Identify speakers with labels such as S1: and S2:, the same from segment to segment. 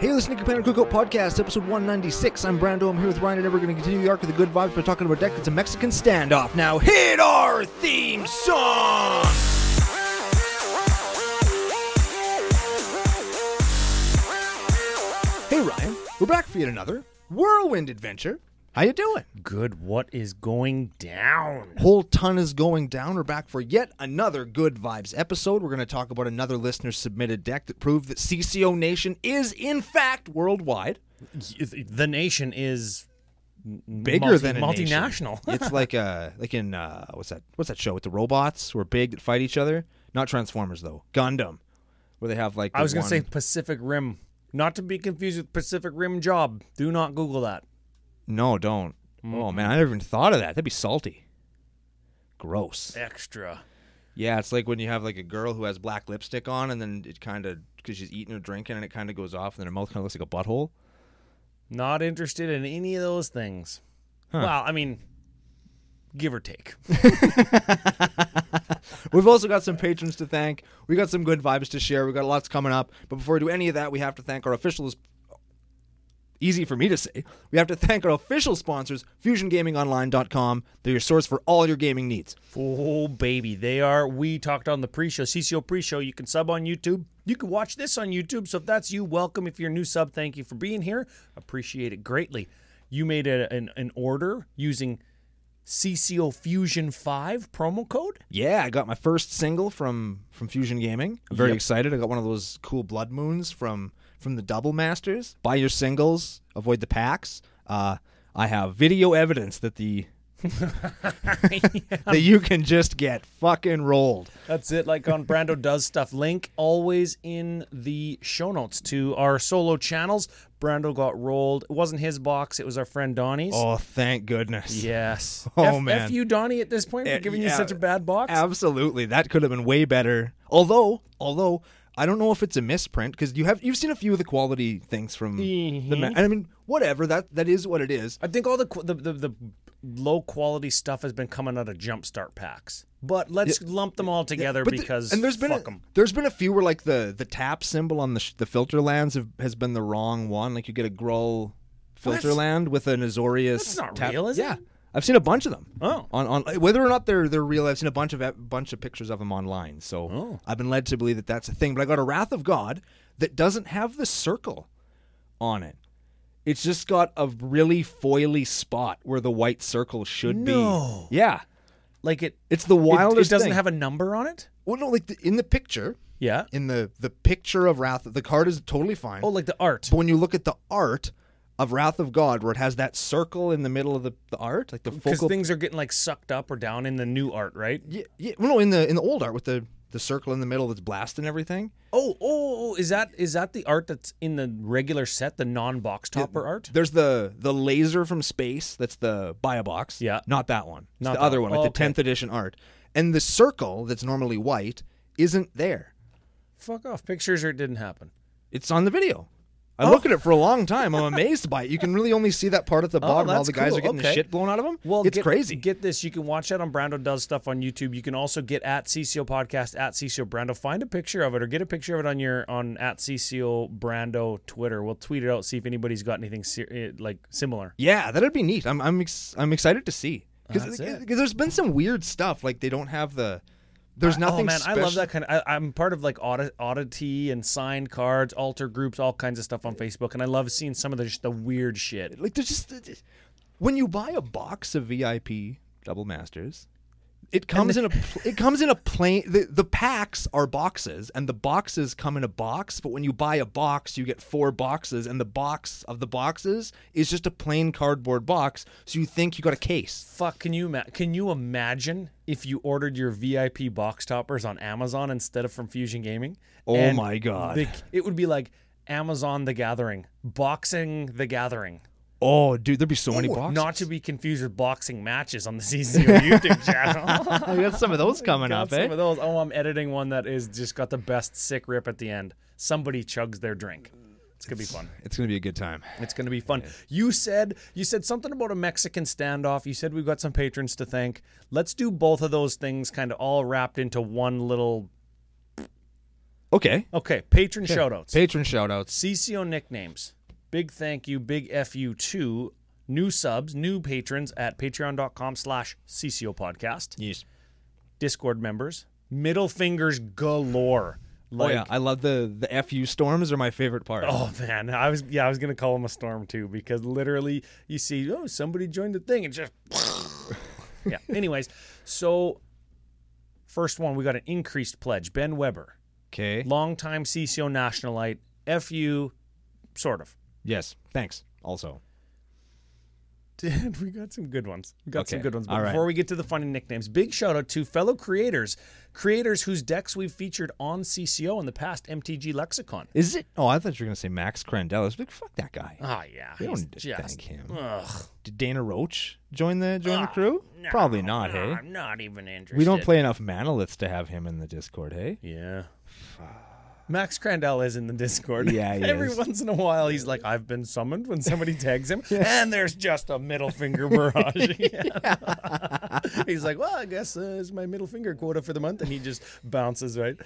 S1: Hey, listening to Panic Cookout Podcast, episode 196. I'm Brando. I'm here with Ryan, and we're going to continue the arc of the good vibes by talking about deck. It's a Mexican standoff. Now, hit our theme song! Hey, Ryan. We're back for yet another whirlwind adventure. How you doing?
S2: Good. What is going down?
S1: whole ton is going down. We're back for yet another Good Vibes episode. We're going to talk about another listener submitted deck that proved that CCO Nation is, in fact, worldwide.
S2: The nation is m-
S1: Bigger
S2: multi-
S1: than a nation.
S2: multinational.
S1: it's like uh like in uh what's that what's that show with the robots who are big that fight each other? Not Transformers though. Gundam. Where they have like
S2: I
S1: the
S2: was going to say
S1: one-
S2: Pacific Rim, not to be confused with Pacific Rim Job. Do not Google that.
S1: No, don't. Oh man, I never even thought of that. That'd be salty. Gross.
S2: Extra.
S1: Yeah, it's like when you have like a girl who has black lipstick on and then it kind of cuz she's eating or drinking and it kind of goes off and then her mouth kind of looks like a butthole.
S2: Not interested in any of those things. Well, I mean, give or take.
S1: We've also got some patrons to thank. We got some good vibes to share. We got lots coming up. But before we do any of that, we have to thank our official. Easy for me to say. We have to thank our official sponsors, FusionGamingOnline.com. They're your source for all your gaming needs.
S2: Oh baby, they are. We talked on the pre-show, CCO pre-show. You can sub on YouTube. You can watch this on YouTube. So if that's you, welcome. If you're a new sub, thank you for being here. Appreciate it greatly. You made a, an an order using CCO Fusion Five promo code.
S1: Yeah, I got my first single from from Fusion Gaming. I'm very excited. I got one of those cool blood moons from from the Double Masters. Buy your singles. Avoid the packs. Uh, I have video evidence that the that you can just get fucking rolled.
S2: That's it. Like on Brando Does Stuff. Link always in the show notes to our solo channels. Brando got rolled. It wasn't his box. It was our friend Donnie's.
S1: Oh, thank goodness.
S2: Yes.
S1: Oh,
S2: F-
S1: man.
S2: F you, Donnie, at this point for
S1: Eh,
S2: giving you
S1: yeah.
S2: such a bad box.
S1: Absolutely, that could have been way better. Although, although I don't know if it's a misprint because you have you've seen a few of the quality things from
S2: Mm-hmm.
S1: the. Ma- and I mean, whatever that that is what it is.
S2: I think all the qu- the, the the low quality stuff has been coming out of jumpstart packs, but let's lump them all together
S1: th-
S2: because
S1: and there's been
S2: fuck
S1: a,
S2: 'em.
S1: there's been a few where like the the tap symbol on the sh- the filter lands have, has been the wrong one. Like you get a Grull filter land with an Azorius.
S2: That's not
S1: tap-
S2: real, is
S1: yeah.
S2: it?
S1: I've seen a bunch of them.
S2: Oh.
S1: on, on whether or not they're they're real, I've seen a bunch of a bunch of pictures of them online. So I've been led to believe that that's a thing. But I got a Wrath of God that doesn't have the circle on it. It's just got a really foily spot where the white circle should
S2: No.
S1: be. Yeah,
S2: like it.
S1: it's the
S2: it-
S1: wildest.
S2: It, doesn't
S1: thing.
S2: have a number on it.
S1: Well, no, like the, in the picture,
S2: Yeah.
S1: in the the picture of Wrath, the card is totally fine.
S2: Oh, like the art.
S1: But when you look at the art of Wrath of God, where it has that circle in the middle of the, the art, like the
S2: Because
S1: focal,
S2: things are getting like sucked up or down in the new art, right?
S1: yeah, yeah, well, no, in the in the old art with the the circle in the middle that's blasting everything.
S2: Oh, oh, oh, is that is that the art that's in the regular set, the non-box topper art?
S1: There's the the laser from space. That's the Biobox.
S2: Yeah.
S1: not that one. It's
S2: Not
S1: the
S2: that
S1: other
S2: one.
S1: one, like
S2: Oh,
S1: the
S2: okay.
S1: tenth edition art. And the circle that's normally white isn't there.
S2: Fuck off. Pictures or it didn't happen.
S1: It's on the video.
S2: Oh.
S1: I look at it for a long time. I'm amazed by it. You can really only see that part at the bottom while
S2: Oh, that's
S1: the guys
S2: cool.
S1: are getting the
S2: Okay.
S1: shit blown out of them.
S2: Well,
S1: it's
S2: get-
S1: crazy.
S2: Get this. You can watch that on Brando Does Stuff on YouTube. You can also get at CCO Podcast, at CCO Brando. Find a picture of it or get a picture of it on your on at CCO Brando Twitter. We'll tweet it out, see if anybody's got anything ser- eh, like similar.
S1: yeah, that'd be neat. I'm I'm ex- I'm excited to see because
S2: Oh, That's it.
S1: there's been some weird stuff. Like they don't have the there's nothing.
S2: oh man, I love
S1: special-
S2: that kind of. I, I'm part of like audit, oddity and signed cards, alter groups, all kinds of stuff on Facebook, and I love seeing some of the just the weird shit.
S1: Like there's just when you buy a box of VIP double masters, it comes in a pl- it comes in a plain. The, the packs are boxes, and the boxes come in a box. But when you buy a box, you get four boxes, and the box of the boxes is just a plain cardboard box. So you think you got a case.
S2: Fuck, can you ima- can you imagine if you ordered your VIP box toppers on Amazon instead of from Fusion Gaming?
S1: Oh
S2: And
S1: my God.
S2: the- it would be like Amazon The Gathering, Boxing The Gathering.
S1: Oh, dude, there'd be so many
S2: Ooh,
S1: boxes.
S2: Not to be confused with boxing matches on the CCO YouTube channel.
S1: I got some of those coming
S2: Got
S1: up,
S2: some
S1: eh?
S2: of those. Oh, I'm editing one that is just got the best sick rip at the end. Somebody chugs their drink. It's gonna be fun.
S1: It's gonna be a good time.
S2: It's going to be fun. You said you said something about a Mexican standoff. You said we've got some patrons to thank. Let's do both of those things kind of all wrapped into one little
S1: Okay.
S2: Okay, patron shoutouts.
S1: Patron shoutouts.
S2: CCO nicknames. Big thank you, big FU to new subs, new patrons at patreon.com slash CCO podcast.
S1: Yes.
S2: Discord members. Middle fingers galore.
S1: Oh
S2: Like,
S1: yeah, I love the the fu storms are my favorite part.
S2: Oh man, I was yeah, I was gonna call him a storm too because literally you see oh somebody joined the thing and just yeah. Anyways, so first one we got an increased pledge. Ben Weber,
S1: Okay.
S2: longtime CCO nationalite, FU, sort of.
S1: Yes. Thanks. Also.
S2: Dude, we got some good ones. We got some
S1: Okay,
S2: good ones. But
S1: all right.
S2: before we get to the funny nicknames, big shout out to fellow creators, creators whose decks we've featured on CCO in the past MTG Lexicon.
S1: Is it? Oh, I thought you were gonna say Max Crandell. I was like, fuck that guy.
S2: Ah, yeah.
S1: We
S2: he's
S1: don't thank him.
S2: Ugh.
S1: Did Dana Roach join the join the
S2: Ah,
S1: crew?
S2: no,
S1: Probably not.
S2: no,
S1: Hey,
S2: I'm not even interested.
S1: we don't play enough Manoliths to have him in the Discord. Hey.
S2: Yeah. Max Crandell is in the Discord.
S1: Yeah, he
S2: Every
S1: is.
S2: once in a while, he's like, I've been summoned when somebody tags him, and there's just a middle finger barrage. he's like, Well, I guess uh, it's my middle finger quota for the month, and he just bounces, right?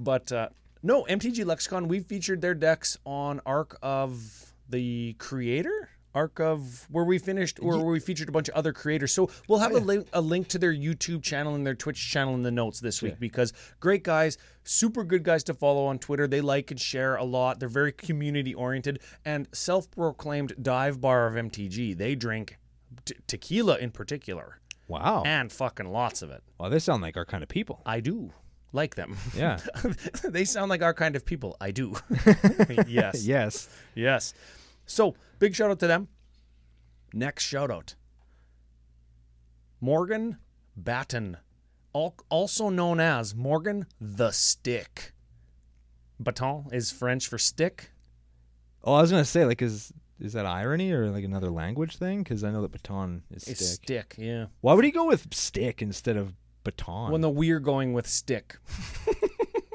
S2: But uh, no, MTG Lexicon, we featured their decks on Arc of the Creator. Arc of where we finished, or where we featured a bunch of other creators. So we'll have a, link, a link to their YouTube channel and their Twitch channel in the notes this week because great guys, super good guys to follow on Twitter. They like and share a lot. They're very community oriented and self proclaimed dive bar of MTG. They drink t- tequila in particular
S1: Wow.
S2: and fucking lots of it.
S1: Well, they sound like our kind of people.
S2: I do like them.
S1: Yeah.
S2: they sound like our kind of people. I do. yes.
S1: yes.
S2: Yes. So big shout out to them. Next shout out Morgan Batten, al- also known as Morgan the Stick. Baton is French for stick.
S1: Oh, I was gonna say like is is that irony or like another language thing? Because I know that baton is stick.
S2: It's stick, yeah.
S1: Why would he go with stick instead of baton?
S2: Well, no, we're going with stick.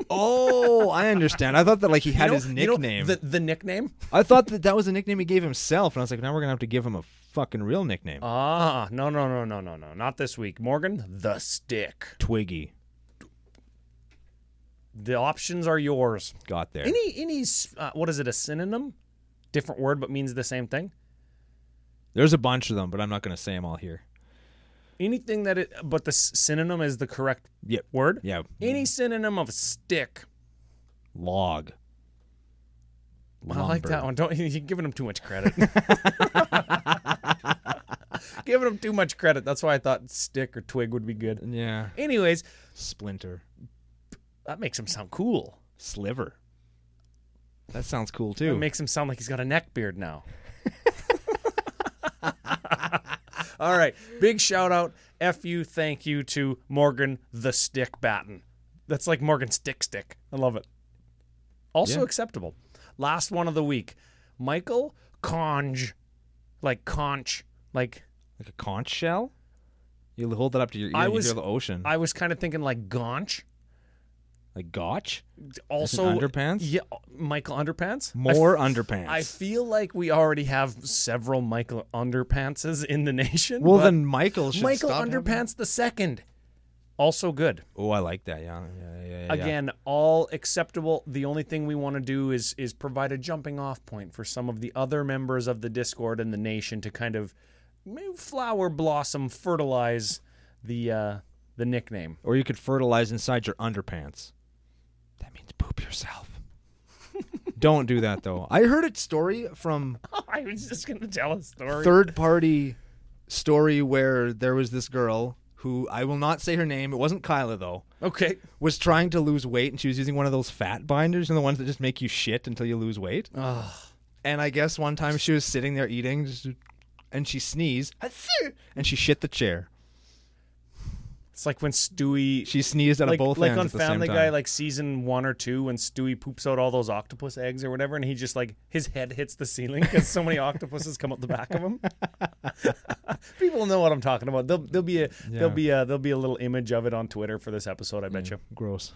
S1: Oh, I understand. I thought that like he had
S2: You know-
S1: his
S2: you know
S1: nickname.
S2: the, the nickname?
S1: I thought that that was a nickname he gave himself, and I was like, now we're gonna have to give him a fucking real nickname.
S2: Ah, no, no, no, no, no, no. Not this week. Morgan the Stick.
S1: Twiggy
S2: The options are yours.
S1: got there.
S2: Any any s- uh, what is it a synonym? Different word but means the same thing.
S1: There's a bunch of them, but I'm not gonna say them all here.
S2: Anything that it but the s- synonym is the correct
S1: Yep.
S2: word.
S1: Yeah.
S2: Any synonym of stick.
S1: Log.
S2: I like that
S1: Lumber.
S2: one. Don't you're giving him too much credit. giving him too much credit. That's why I thought stick or twig would be good.
S1: Yeah.
S2: Anyways,
S1: Splinter.
S2: that makes him sound cool.
S1: Sliver. That sounds cool
S2: It
S1: too.
S2: makes him sound like he's got a neck beard now. All right. Big shout out. F you. Thank you to Morgan the Stick Batten. That's like Morgan Stick Stick. I love it. Also
S1: Yeah.
S2: acceptable. Last one of the week. Michael Conch. Like conch. Like
S1: like a conch shell. You hold that up to your ear.
S2: I
S1: and
S2: was-
S1: you hear the ocean.
S2: I was kind of thinking like gaunch.
S1: like gotch.
S2: Also
S1: underpants?
S2: Yeah, Michael Underpants. I
S1: More underpants.
S2: I feel like we already have several Michael Underpantses in the nation.
S1: well,
S2: but
S1: then Michael should
S2: Michael
S1: stop having-
S2: Underpants the second, also good.
S1: Oh, I like that. Yeah, yeah, yeah. yeah, yeah.
S2: Again, all acceptable. The only thing we want to do is is provide a jumping off point for some of the other members of the Discord and the nation to kind of maybe flower blossom fertilize the uh, the nickname.
S1: Or you could fertilize inside your underpants. That means poop yourself. Don't do that though. I heard a story from
S2: I was just gonna tell a story.
S1: third party story where there was this girl who I will not say her name. It wasn't Kyla though.
S2: Okay.
S1: Was trying to lose weight and she was using one of those fat binders and the ones that just make you shit until you lose weight.
S2: Oh.
S1: And I guess one time she was sitting there eating just, and she sneezed and she shit the chair.
S2: It's like when Stewie
S1: She sneezed out
S2: like,
S1: of both
S2: like
S1: ends
S2: on
S1: at the
S2: Family
S1: same
S2: Guy,
S1: time.
S2: like season one or two, when Stewie poops out all those octopus eggs or whatever, and he just like his head hits the ceiling because so many octopuses come out the back of him. People know what I'm talking about. There'll, there'll be a
S1: Yeah.
S2: there'll be a there'll be a little image of it on Twitter for this episode. I bet you.
S1: Gross.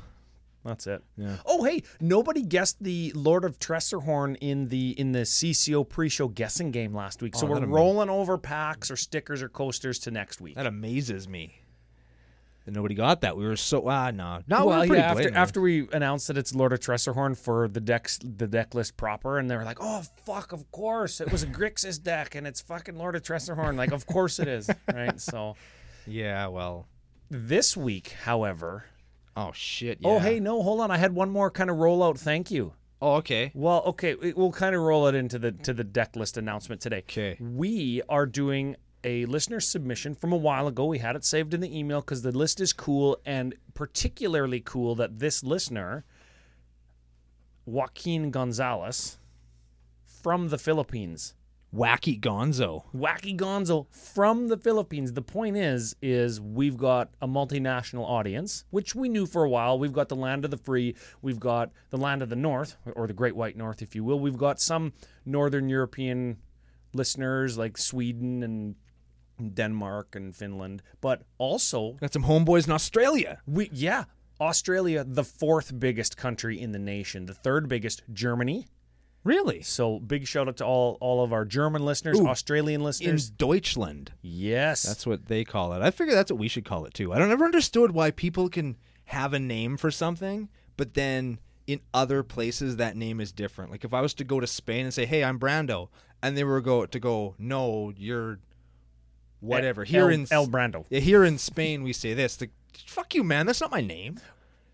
S2: That's it.
S1: Yeah.
S2: Oh hey, nobody guessed the Lord of Tressorhorn in the in the CCO pre-show guessing game last week. So
S1: Oh,
S2: we're
S1: that'd be-
S2: rolling over packs or stickers or coasters to next week.
S1: That amazes me. And nobody got that. We were so ah no. No,
S2: well,
S1: we were pretty
S2: yeah, after,
S1: blatant.
S2: after we announced that it's Lord of Tressorhorn for the decks, the deck list proper, and they were like, "Oh fuck, of course it was a Grixis deck, and it's fucking Lord of Tressorhorn." Like, of course it is, right? So
S1: yeah, well,
S2: this week, however,
S1: oh shit.
S2: oh
S1: yeah.
S2: hey, no, hold on, I had one more kind of rollout. Thank you.
S1: Oh okay.
S2: Well, okay, we- we'll kind of roll it into the to the deck list announcement today.
S1: 'Kay.
S2: We are doing a listener submission from a while ago. We had it saved in the email because the list is cool and particularly cool that this listener, Joaquin Gonzalez, from the Philippines.
S1: Wacky Gonzo.
S2: Wacky Gonzo from the Philippines. The point is, is we've got a multinational audience, which we knew for a while. We've got the land of the free. We've got the land of the north, or the Great White North, if you will. We've got some Northern European listeners like Sweden and Denmark and Finland, but also
S1: Got some homeboys in Australia.
S2: we yeah, Australia, the fourth biggest country in the nation, the third biggest Germany.
S1: Really?
S2: So big shout out to all all of our German listeners, Australian
S1: In
S2: listeners.
S1: Deutschland.
S2: Yes.
S1: That's what they call it. I figure that's what we should call it too. I don't ever understood why people can have a name for something, but then in other places that name is different. Like if I was to go to Spain and say, "Hey, I'm Brando," and they were go to go, "No, you're whatever." Here
S2: El,
S1: in S-
S2: El Brando.
S1: yeah, here in Spain we say this. Like, fuck you, man. That's not my name.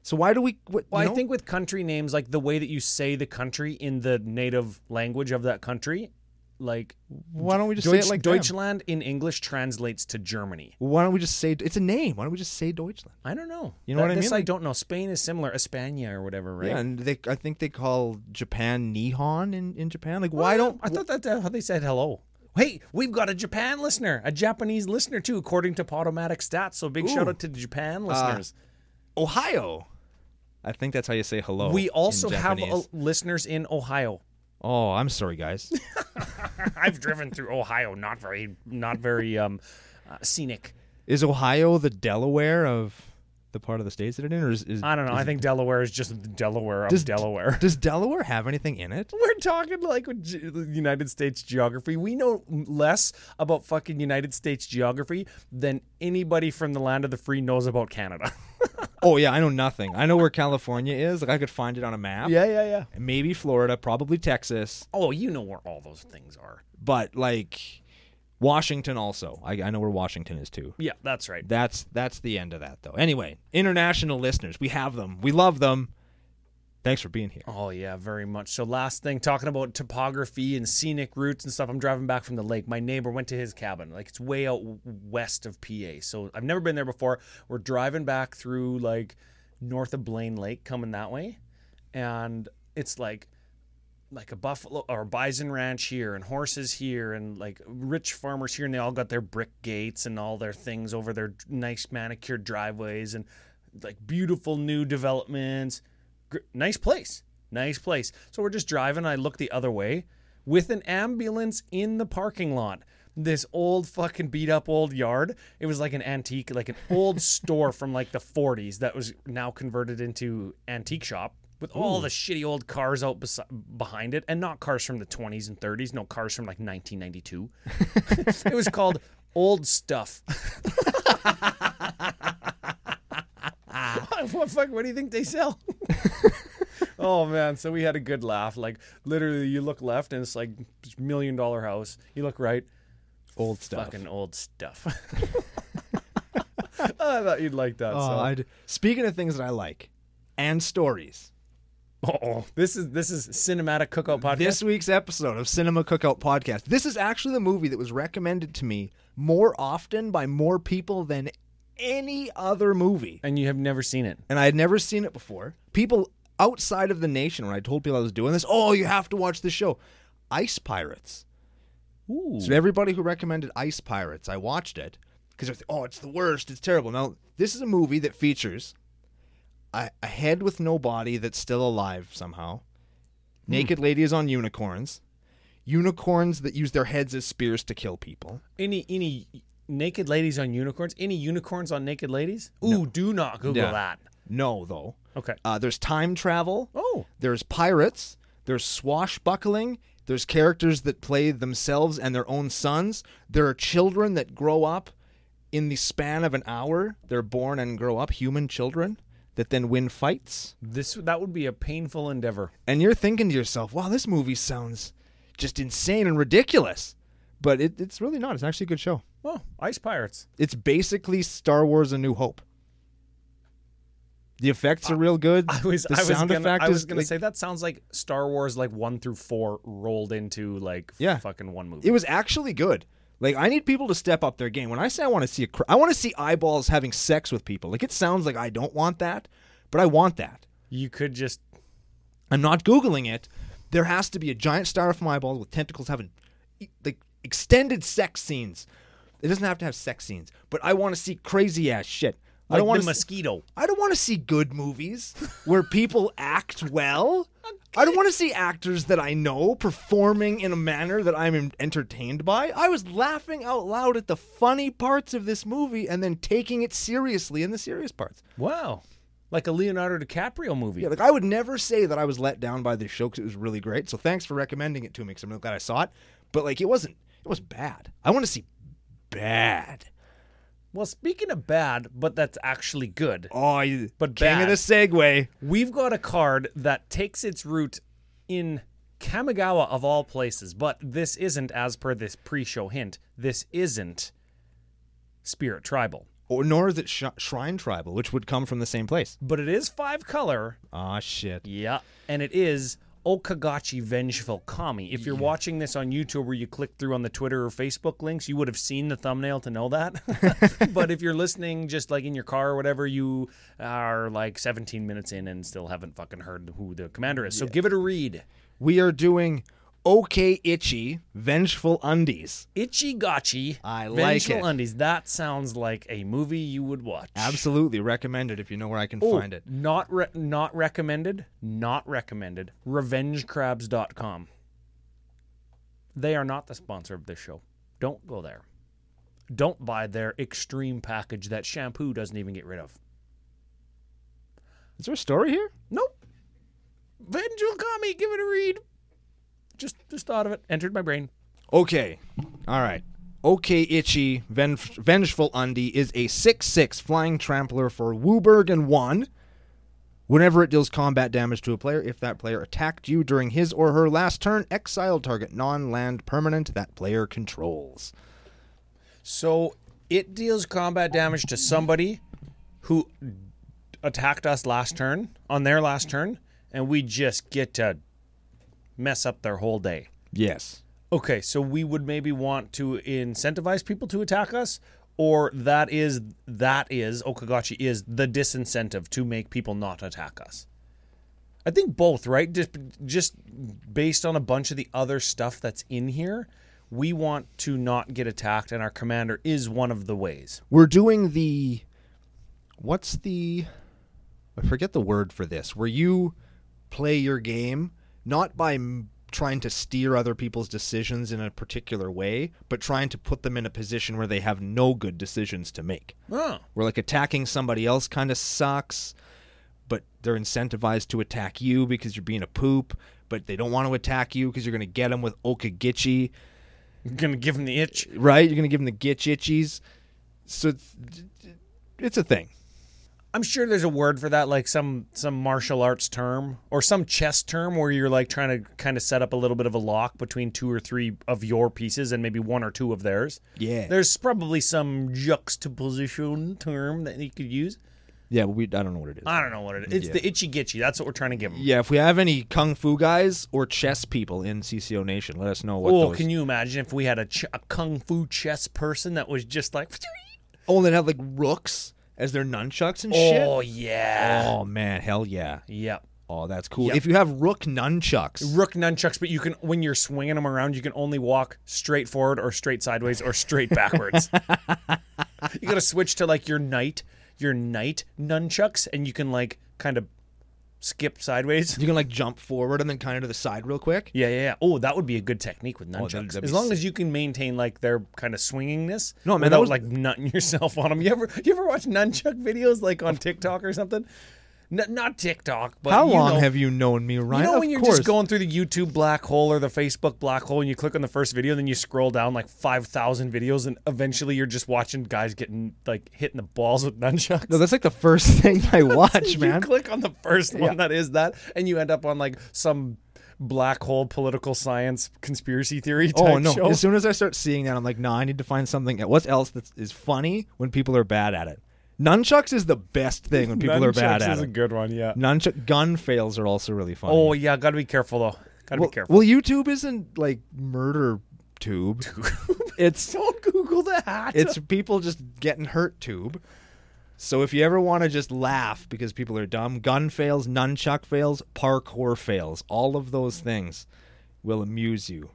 S1: So why do we? What,
S2: Well,
S1: you
S2: I
S1: know?
S2: think with country names, like the way that you say the country in the native language of that country, like
S1: why don't we just
S2: Deutsch,
S1: say it like them?
S2: Deutschland in English translates to Germany.
S1: Why don't we just say it's a name? Why don't we just say Deutschland?
S2: I don't know.
S1: You know
S2: That-
S1: what I
S2: this
S1: mean?
S2: I
S1: Like-
S2: don't know. Spain is similar, España or whatever, right?
S1: Yeah, and they I think they call Japan Nihon in, in Japan. Like why don't
S2: I thought that's how they said hello. Hey, we've got a Japan listener, a Japanese listener too, according to Podomatic stats. So big shout out to
S1: Ah.
S2: Japan listeners.
S1: Ohio. I think that's how you say hello.
S2: we
S1: Oh, in
S2: also have uh
S1: Japanese.
S2: listeners in Ohio.
S1: oh, I'm sorry, guys.
S2: I've driven through Ohio, not very, not very um, uh, scenic.
S1: is Ohio the Delaware of the part of the states that it in, or is, is
S2: I don't know. I think Delaware is just the Delaware of
S1: Does-
S2: Delaware.
S1: does Delaware have anything in it?
S2: We're talking like with ge- the United States geography. We know less about fucking United States geography than anybody from the land of the free knows about Canada.
S1: Oh yeah, I know nothing. I know where California is. Like I could find it on a map.
S2: yeah, yeah.
S1: Maybe Florida, probably Texas,
S2: Oh, you know where all those things are.
S1: but like Washington also. I, I know where Washington is too.
S2: Yeah, that's right.
S1: That's that's the end of that though. Anyway, international listeners, we have them. We love them. Thanks for being here.
S2: Oh yeah, very much. So last thing, talking about topography and scenic routes and stuff. I'm driving back from the lake. My neighbor went to his cabin. Like it's way out w- west of PA. So I've never been there before. We're driving back through like north of Blaine Lake, coming that way, and it's like like a buffalo or a bison ranch here and horses here and like rich farmers here and they all got their brick gates and all their things over their nice manicured driveways and like beautiful new developments Gr- nice place nice place so we're just driving i look the other way with an ambulance in the parking lot this old fucking beat up old yard it was like an antique like an old store from like the 40s that was now converted into antique shop with all the shitty old cars out besi- behind it, and not cars from the 20s and 30s, no cars from like 1992. it was called Old Stuff. what fuck? What do you think they sell? oh man! So we had a good laugh. Like literally, you look left and it's like million dollar house. You look right,
S1: Old stuff.
S2: fucking old stuff. I thought you'd like that.
S1: Oh,
S2: so.
S1: I'd- speaking of things that I like and stories,
S2: oh, this is this is cinematic cookout podcast.
S1: this week's episode of Cinema Cookout Podcast. This is actually the movie that was recommended to me more often by more people than any other movie.
S2: and you have never seen it.
S1: And I had never seen it before. People outside of the nation, when I told people I was doing this, oh, you have to watch this show Ice Pirates.
S2: Ooh.
S1: So everybody who recommended Ice Pirates, I watched it because oh, it's the worst, it's terrible. Now this is a movie that features a, a head with no body that's still alive somehow,
S2: Hmm.
S1: naked ladies on unicorns, unicorns that use their heads as spears to kill people.
S2: Any any naked ladies on unicorns? Any unicorns on naked ladies? Ooh, do not Google
S1: Yeah.
S2: that.
S1: No, though.
S2: Okay.
S1: Uh, there's time travel.
S2: Oh.
S1: There's pirates. There's swashbuckling. There's characters that play themselves and their own sons. There are children that grow up in the span of an hour, they're born and grow up human children that then win fights.
S2: This that would be a painful endeavor.
S1: And you're thinking to yourself, wow, this movie sounds just insane and ridiculous. But it, it's really not. It's actually a good show.
S2: Oh, ice pirates.
S1: It's basically Star Wars A New Hope. The effects are real good.
S2: I was
S1: the
S2: I was
S1: sound
S2: gonna,
S1: effect
S2: I was
S1: is
S2: gonna
S1: like-
S2: say that sounds like Star Wars like one through four rolled into like f-
S1: Yeah.
S2: fucking one movie.
S1: it was actually good. Like I need people to step up their game. When I say I want to see a cr- I want to see eyeballs having sex with people. Like it sounds like I don't want that, but I want that.
S2: you could just
S1: I'm not googling it. There has to be a giant styrofoam eyeball with tentacles having e- like extended sex scenes. It doesn't have to have sex scenes, but I want to see crazy ass shit. I
S2: like
S1: don't want
S2: the
S1: to
S2: mosquito.
S1: I don't want to see good movies where people act well. I don't want to see actors that I know performing in a manner that I'm en- entertained by. I was laughing out loud at the funny parts of this movie and then taking it seriously in the serious parts.
S2: Wow. Like a Leonardo DiCaprio movie.
S1: Yeah, like I would never say that I was let down by this show because it was really great. So thanks for recommending it to me because I'm really glad I saw it. But like, it wasn't. It was bad. I want to see bad.
S2: Well, speaking of bad, but that's actually good.
S1: Oh, you
S2: But
S1: king of
S2: bad.
S1: the segue.
S2: We've got a card that takes its root in Kamigawa of all places, but this isn't, as per this pre-show hint, this isn't Spirit Tribal.
S1: Or nor is it sh- Shrine Tribal, which would come from the same place.
S2: But it is five color.
S1: Ah, shit.
S2: Yeah. And it is Okagachi Vengeful Kami. If you're watching this on YouTube or you click through on the Twitter or Facebook links, you would have seen the thumbnail to know that. but if you're listening just like in your car or whatever, you are like 17 minutes in and still haven't fucking heard who the commander is. So give it a read.
S1: We are doing okay itchy vengeful undies.
S2: Ichigachi
S1: I like
S2: Vengeful
S1: it.
S2: Undies. That sounds like a movie you would watch.
S1: Absolutely recommended if you know where I can
S2: Oh,
S1: find it.
S2: Not re- not recommended. Not recommended. Revengecrabs.com. They are not the sponsor of this show. Don't go there. Don't buy their extreme package that shampoo doesn't even get rid of.
S1: Is there a story here?
S2: Nope. Vengeful Kami, give it a read. Just just thought of it. Entered my brain.
S1: Okay. All right. Okay itchy ven- vengeful undie is a 6-6 flying trampler for Wooburg and 1. Whenever it deals combat damage to a player, if that player attacked you during his or her last turn, exile target non-land permanent that player controls.
S2: So it deals combat damage to somebody who attacked us last turn on their last turn, and we just get to mess up their whole day.
S1: Yes.
S2: Okay, so we would maybe want to incentivize people to attack us, or that is that is Okagachi is the disincentive to make people not attack us. I think both, right? Just just based on a bunch of the other stuff that's in here, we want to not get attacked, and our commander is one of the ways.
S1: We're doing the what's the I forget the word for this where you play your game not by m- trying to steer other people's decisions in a particular way, but trying to put them in a position where they have no good decisions to make.
S2: Oh,
S1: Where like attacking somebody else kind of sucks, but they're incentivized to attack you because you're being a poop, but they don't want to attack you because you're going to get them with Okagichi
S2: you're gonna give him the itch.
S1: right? You're gonna give them the gitch itchies. So it's, it's a thing.
S2: I'm sure there's a word for that, like some some martial arts term or some chess term where you're like trying to kind of set up a little bit of a lock between two or three of your pieces and maybe one or two of theirs.
S1: Yeah.
S2: There's probably some juxtaposition term that you could use.
S1: yeah, but we I don't know what it is.
S2: I don't know what it is. It's the itchy gitchy. That's what we're trying to give them.
S1: yeah, if we have any kung fu guys or chess people in CCO Nation, let us know what
S2: Oh,
S1: those.
S2: can you imagine if we had a, ch- a kung fu chess person that was just like,
S1: oh, and they have like rooks as their nunchucks and shit.
S2: oh yeah,
S1: Oh man, hell yeah.
S2: yeah.
S1: Oh, that's cool. If you have rook nunchucks,
S2: Rook nunchucks, but you can when you're swinging them around, you can only walk straight forward or straight sideways or straight backwards. you got to switch to like your knight, your knight nunchucks, and you can like kind of skip sideways.
S1: you can like jump forward and then kind of to the side real quick.
S2: Yeah, yeah, yeah. Oh, that would be a good technique with
S1: that'd-
S2: nunchucks.
S1: that'd be
S2: as long as you can maintain like their kind of swingingness.
S1: No, man, that
S2: without
S1: was-
S2: like nutting yourself on them. You ever you ever watch nunchuck videos like on TikTok or something? N- not TikTok, but
S1: How
S2: you
S1: long
S2: know,
S1: have you known me, Ryan?
S2: you know
S1: Of
S2: when you're
S1: course.
S2: just going through the YouTube black hole or the Facebook black hole, and you click on the first video, and then you scroll down like five thousand videos, and eventually you're just watching guys getting like hitting the balls with nunchucks.
S1: No, that's like the first thing I watch,
S2: You
S1: man.
S2: click on the first one that is that, and you end up on like some black hole political science conspiracy theory type
S1: Oh no!
S2: show.
S1: As soon as I start seeing that, I'm like, no, I need to find something. e-" What else that is funny when people are bad at it? Nunchucks is the best thing when people are bad
S2: Nunchucks
S1: at
S2: is a
S1: it.
S2: good one, yeah.
S1: Nunchuck gun fails are also really funny.
S2: Oh yeah, gotta be careful though. Gotta
S1: well,
S2: be careful.
S1: well, YouTube isn't like murder tube. it's
S2: Don't Google that.
S1: it's people just getting hurt tube. So if you ever want to just laugh because people are dumb, gun fails, nunchuck fails, parkour fails, all of those things will amuse you.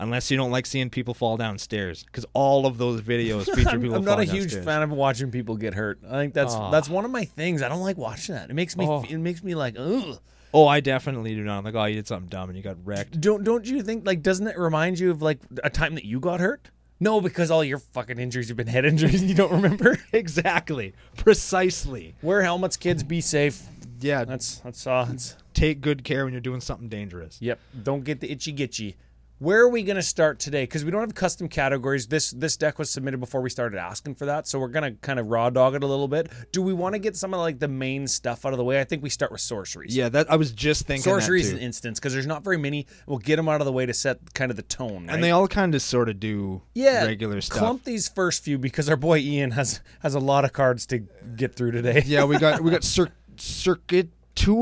S1: Unless you don't like seeing people fall downstairs, because all of those videos feature people.
S2: I'm not a
S1: falling
S2: huge
S1: downstairs. Ah.
S2: fan of watching people get hurt. I think that's that's one of my things. I don't like watching that. It makes me
S1: Oh.
S2: it makes me like ugh.
S1: Oh, I definitely do not. I'm like, oh, you did something dumb and you got wrecked.
S2: Don't don't you think like doesn't it remind you of like a time that you got hurt? No, because all your fucking injuries have been head injuries and you don't remember.
S1: Exactly, precisely.
S2: Wear helmets, kids. Be safe.
S1: Yeah,
S2: That's that's uh, that's-
S1: take good care when you're doing something dangerous.
S2: Yep. Don't get the itchy gitchy. Where are we going to start today? Because we don't have custom categories. This this deck was submitted before we started asking for that, so we're going to kind of raw dog it a little bit. Do we want to get some of like the main stuff out of the way? I think we start with sorceries.
S1: Yeah, that I was just thinking. that
S2: Sorceries
S1: too.
S2: is an instance because there's not very many. We'll get them out of the way to set kind of the tone. Right?
S1: and they all kind of sort of do
S2: yeah
S1: regular stuff.
S2: Clump these first few because our boy Ian has has a lot of cards to get through today.
S1: Yeah, we got we got cir- circuitous route.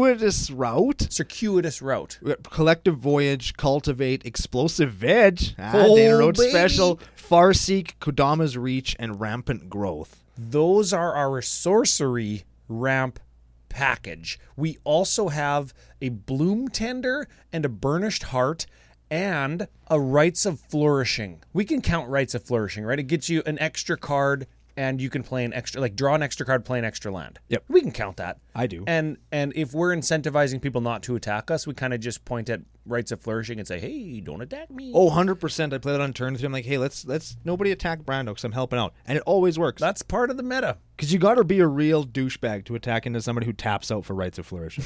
S2: Circuitous route.
S1: We got collective voyage, cultivate, explosive veg, ah,
S2: Oh,
S1: Dana Road
S2: baby.
S1: special, far seek, Kodama's reach, and rampant growth.
S2: those are our sorcery ramp package. We also have a bloom tender and a burnished heart and a rites of flourishing. We can count rites of flourishing, right? It gets you an extra card and you can play an extra like draw an extra card, play an extra land.
S1: Yep.
S2: We can count that.
S1: I do.
S2: And and if we're incentivizing people not to attack us, we kind of just point at rites of flourishing and say, "Hey, don't attack me."
S1: Oh, 100%. I play that on turn three. I'm like, hey, let's let's nobody attack Brando because I'm helping out. And it always works.
S2: That's part of the meta.
S1: Because you got to be a real douchebag to attack into somebody who taps out for Rights of Flourishing.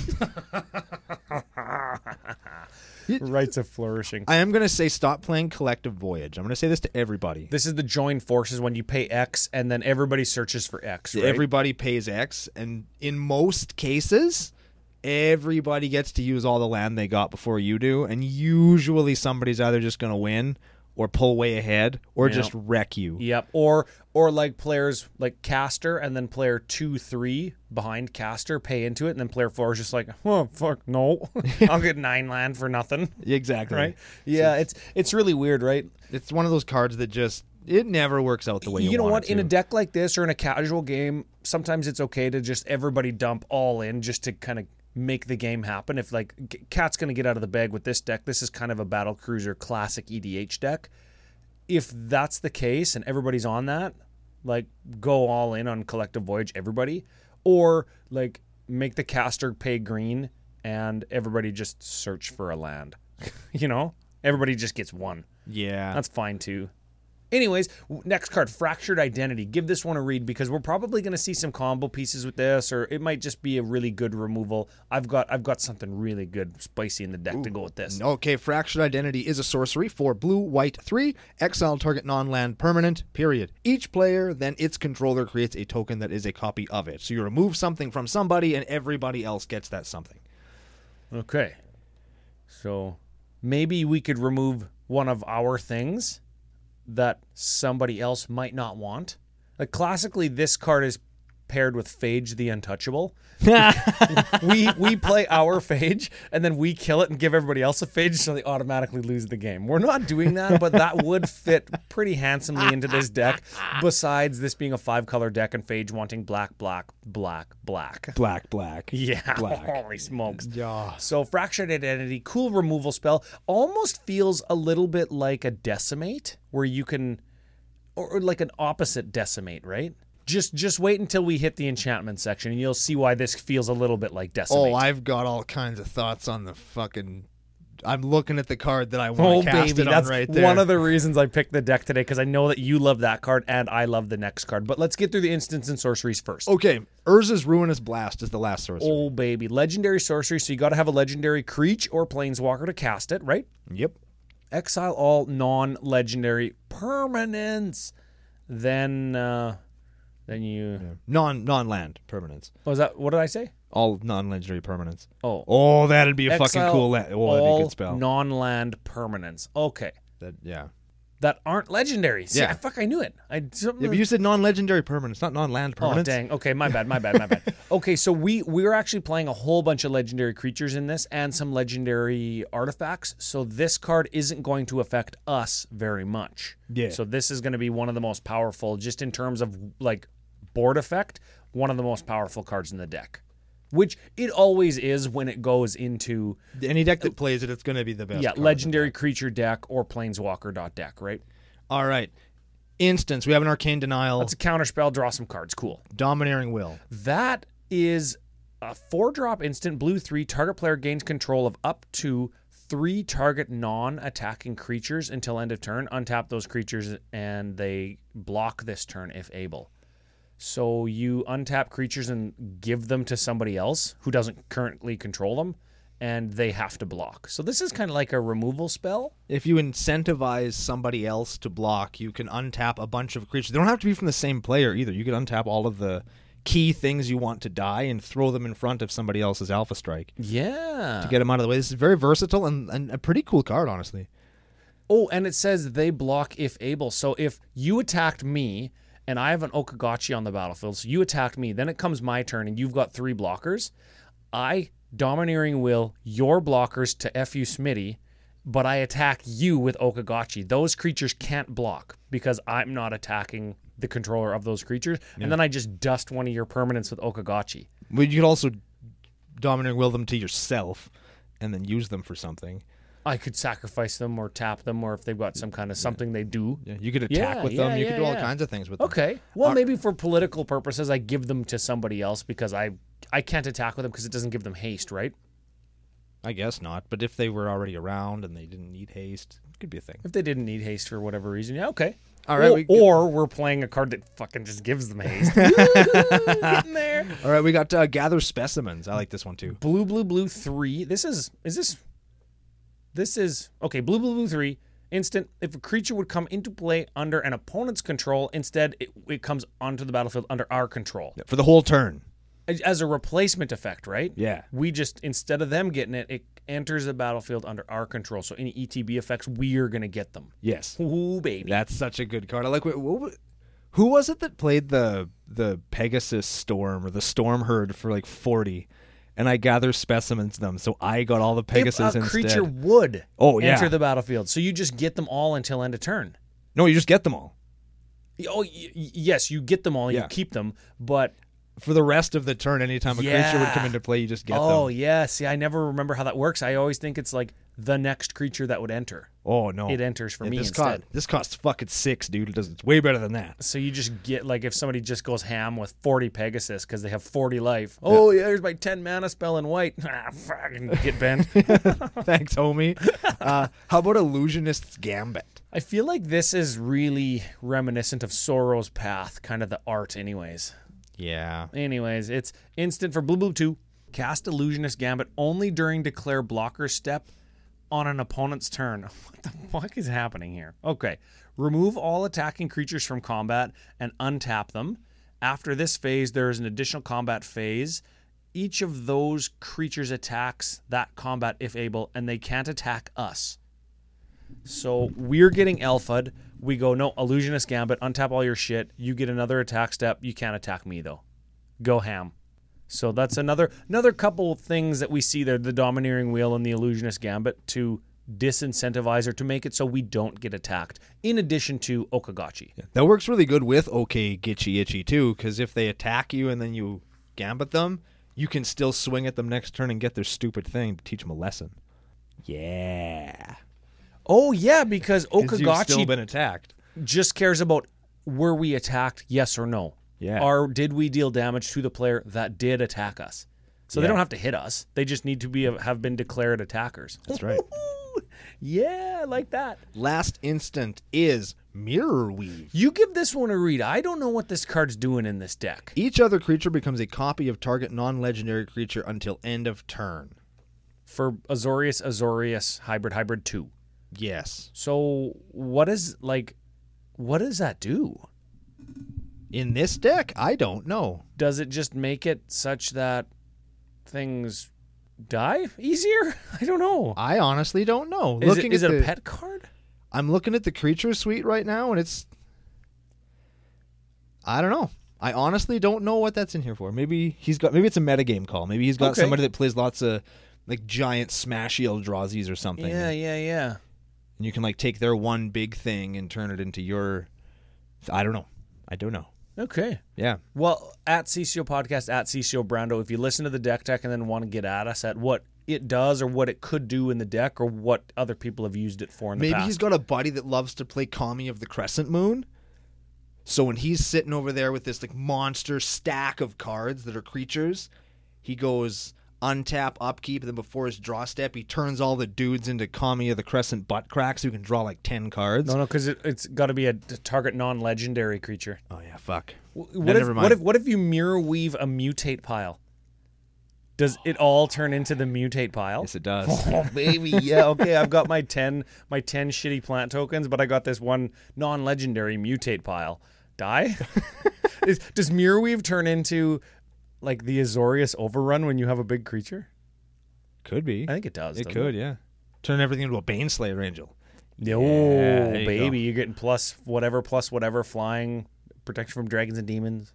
S2: Rites of flourishing.
S1: I am going to say stop playing Collective Voyage. I'm going to say this to everybody.
S2: This is the join forces when you pay X and then everybody searches for X, right?
S1: everybody pays X, and in most cases, everybody gets to use all the land they got before you do, and usually somebody's either just going to win or pull way ahead or just wreck you.
S2: yep. Or or like players like caster and then player two, three behind caster pay into it, and then player four is just like, oh fuck no. I'll get nine land for nothing.
S1: Exactly.
S2: Right? Yeah, it's it's really weird, right?
S1: It's one of those cards that just it never works out the way you,
S2: you know
S1: want
S2: what?
S1: it
S2: In a
S1: to.
S2: deck like this or in a casual game, sometimes it's okay to just everybody dump all in just to kind of make the game happen. If like G- Cat's going to get out of the bag with this deck, this is kind of a battle cruiser classic EDH deck. If that's the case and everybody's on that, like go all in on collective voyage everybody or like make the caster pay green and everybody just search for a land. you know? Everybody just gets one.
S1: yeah.
S2: That's fine too. Anyways, w- next card, Fractured Identity. Give this one a read because we're probably going to see some combo pieces with this, or it might just be a really good removal. I've got I've got something really good, spicy in the deck to go with this.
S1: Okay, Fractured Identity is a sorcery for blue, white, three. Exile target non land permanent, period. Each player, then its controller creates a token that is a copy of it. So you remove something from somebody, and everybody else gets that something.
S2: Okay, so maybe we could remove one of our things that somebody else might not want. Like classically, this card is paired with Phage the Untouchable. we we play our phage and then we kill it and give everybody else a phage so they automatically lose the game. We're not doing that, but that would fit pretty handsomely into this deck. Besides this being a five color deck and phage wanting black, black, black, black.
S1: Black, black.
S2: Yeah.
S1: Black.
S2: Holy smokes.
S1: Yeah.
S2: So fractured identity, cool removal spell, almost feels a little bit like a decimate, where you can, or, or like an opposite decimate, right? Just just wait until we hit the enchantment section, and you'll see why this feels a little bit like decimate.
S1: Oh, I've got all kinds of thoughts on the fucking I'm looking at the card that I
S2: Oh
S1: want to cast
S2: baby,
S1: it on
S2: that's
S1: right there.
S2: one of the reasons I picked the deck today because I know that you love that card and I love the next card. But let's get through the instants and sorceries first.
S1: Okay, Urza's Ruinous Blast is the last sorcery.
S2: Oh baby, legendary sorcery. So you got to have a legendary creature or planeswalker to cast it, right?
S1: Yep.
S2: Exile all non-legendary permanents. Then, uh then you.
S1: Non non land permanence.
S2: Oh, is that what did I say?
S1: All non legendary permanence.
S2: Oh.
S1: Oh, that'd be a fucking
S2: Exile
S1: cool land. Oh, that'd be a
S2: all
S1: good spell.
S2: Non-land permanents. Okay,
S1: That- yeah.
S2: that aren't legendary. See,
S1: Yeah.
S2: I, fuck, I knew it. I something
S1: Yeah, but you said non legendary permanence, not non land
S2: Oh
S1: permanence.
S2: dang! Okay, my bad, my bad, my bad. Okay, so we we're actually playing a whole bunch of legendary creatures in this, and some legendary artifacts. So this card isn't going to affect us very much.
S1: Yeah.
S2: So this is going to be one of the most powerful, just in terms of like board effect, one of the most powerful cards in the deck, which it always is when it goes into
S1: Any deck that plays it, it's going to be the best.
S2: yeah
S1: card.
S2: legendary creature deck or planeswalker dot deck, right?
S1: All right. Instance. We have an Arcane Denial,
S2: It's a counter spell, draw some cards, cool.
S1: Domineering Will.
S2: That is a four drop instant blue three. Target player gains control of up to three target non attacking creatures until end of turn. Untap those creatures and they block this turn if able. So you untap creatures and give them to somebody else who doesn't currently control them and they have to block. So this is kind of like a removal spell.
S1: If you incentivize somebody else to block, you can untap a bunch of creatures. They don't have to be from the same player either. You can untap all of the key things you want to die and throw them in front of somebody else's Alpha Strike.
S2: Yeah.
S1: Get them out of the way. This is very versatile and, and a pretty cool card, honestly.
S2: Oh, and it says they block if able. So if you attacked me and I have an Okagachi on the battlefield, so you attack me, then it comes my turn and you've got three blockers. I domineering will your blockers to FU Smitty, but I attack you with Okagachi. Those creatures can't block because I'm not attacking the controller of those creatures. And then I just dust one of your permanents with Okagachi.
S1: Well, you could also domineering will them to yourself and then use them for something.
S2: I could sacrifice them or tap them or if they've got some kind of something they do.
S1: Yeah, you could attack
S2: Yeah,
S1: with
S2: yeah,
S1: them. You
S2: yeah,
S1: could do all
S2: yeah.
S1: kinds of things with them.
S2: Okay. Well, maybe for political purposes, I give them to somebody else because I I can't attack with them because it doesn't give them haste, right?
S1: I guess not. But if they were already around and they didn't need haste, it could be a thing.
S2: If they didn't need haste for whatever reason, yeah, okay.
S1: All right,
S2: Or,
S1: we-
S2: or we're playing a card that fucking just gives them haste. Woo-hoo, Getting there.
S1: All right, we got uh, gather specimens. I like this one too.
S2: Blue, blue, blue three. This is is this. This is okay. Blue, blue, blue three. Instant. If a creature would come into play under an opponent's control, instead it, it comes onto the battlefield under our control.
S1: For the whole turn.
S2: as- as a replacement effect, right?
S1: Yeah.
S2: We just instead of them getting it, it enters the battlefield under our control. So any ETB effects, we're gonna get them.
S1: Yes.
S2: Ooh, baby.
S1: That's such a good card. I like. Wait, what, wa- who was it that played the the Pegasus Storm or the Storm Herd for like forty? And I gather specimens them, so I got all the Pegasus
S2: if a
S1: instead.
S2: creature would
S1: Oh, yeah.
S2: enter the battlefield, so you just get them all until end of turn.
S1: No, you just get them all
S2: Oh, y- y- yes, you get them all, you
S1: Yeah.
S2: keep them, but
S1: for the rest of the turn. Anytime a creature would come
S2: Yeah.
S1: into play, you just get
S2: oh
S1: them.
S2: yeah, see, I never remember how that works. I always think it's like the next creature that would enter.
S1: Oh no,
S2: It enters for
S1: Yeah,
S2: me
S1: This
S2: instead.
S1: cost this costs fucking six, dude. It does, it's way better than that.
S2: So you just get like if somebody just goes ham with 40 Pegasus because they have 40 life. Oh yeah, there's my 10 mana spell in white. Ah, fucking get bent.
S1: Thanks, homie. Uh, how about Illusionist's Gambit?
S2: I feel like this is really reminiscent of Sorrow's Path, kind of the art, anyways.
S1: Yeah,
S2: Anyways, it's instant for blue blue two. Cast Illusionist Gambit only during declare blocker step on an opponent's turn. What the fuck is happening here? Okay. Remove all attacking creatures from combat and untap them. After this phase, there is an additional combat phase. Each of those creatures attacks that combat if able, and they can't attack us. So we're getting alphaed. We go, no, Illusionist Gambit, untap all your shit. You get another attack step. You can't attack me, though. Go ham. So that's another another couple of things that we see there, the domineering wheel and the illusionist gambit to disincentivize or to make it so we don't get attacked, in addition to Okagachi.
S1: That works really good with OK Gitchy Itchy too, because if they attack you and then you gambit them, you can still swing at them next turn and get their stupid thing to teach them a lesson. Yeah,
S2: Oh yeah, because
S1: you've still
S2: Okagachi
S1: been attacked.
S2: just cares about were we attacked, yes or no.
S1: Yeah.
S2: Or did we deal damage to the player that did attack us? So they
S1: Yeah.
S2: don't have to hit us. They just need to be have been declared attackers.
S1: That's right.
S2: yeah, I like that.
S1: Last instant is Mirror Weave.
S2: You give this one a read. I don't know what this card's doing in this deck.
S1: Each other creature becomes a copy of target non-legendary creature until end of turn.
S2: For Azorius, Azorius, Hybrid, Hybrid 2.
S1: Yes.
S2: So what is, like, what does that do?
S1: In this deck, I don't know.
S2: Does it just make it such that things die easier? I don't know.
S1: I honestly don't know.
S2: Is it,
S1: looking
S2: is
S1: at
S2: it a
S1: the,
S2: pet card?
S1: I'm looking at the creature suite right now, and it's. I don't know. I honestly don't know what that's in here for. Maybe he's got. Maybe it's a metagame call. Maybe he's got
S2: Okay.
S1: somebody that plays lots of like giant smashy Eldrazi's or something.
S2: Yeah, yeah, yeah.
S1: And you can like take their one big thing and turn it into your. I don't know. I don't know.
S2: Okay.
S1: Yeah.
S2: Well, at CCO Podcast, at CCO Brando, if you listen to the deck tech and then want to get at us at what it does or what it could do in the deck or what other people have used it for in the
S1: Maybe
S2: past.
S1: he's got a buddy that loves to play Kami of the Crescent Moon. So when he's sitting over there with this like monster stack of cards that are creatures, he goes untap, upkeep, and then before his draw step, he turns all the dudes into Kami of the Crescent butt cracks who can draw like ten cards.
S2: no, no, because it, it's got to be a t- target non-legendary creature.
S1: Oh yeah, fuck.
S2: W- What
S1: No,
S2: if,
S1: never
S2: What
S1: mind.
S2: if what if you mirror weave a mutate pile? Does it all turn into the mutate pile?
S1: Yes, it does.
S2: Oh baby, yeah, okay. I've got my ten my ten shitty plant tokens, but I got this one non legendary mutate pile. Die? Is, does Mirrorweave turn into like the Azorius overrun when you have a big creature?
S1: could be.
S2: I think it does.
S1: It
S2: doesn't
S1: could, yeah. Turn everything into a Baneslayer angel.
S2: No,
S1: Yeah, there you
S2: baby,
S1: go.
S2: you're getting plus whatever, plus whatever, flying, protection from dragons and demons,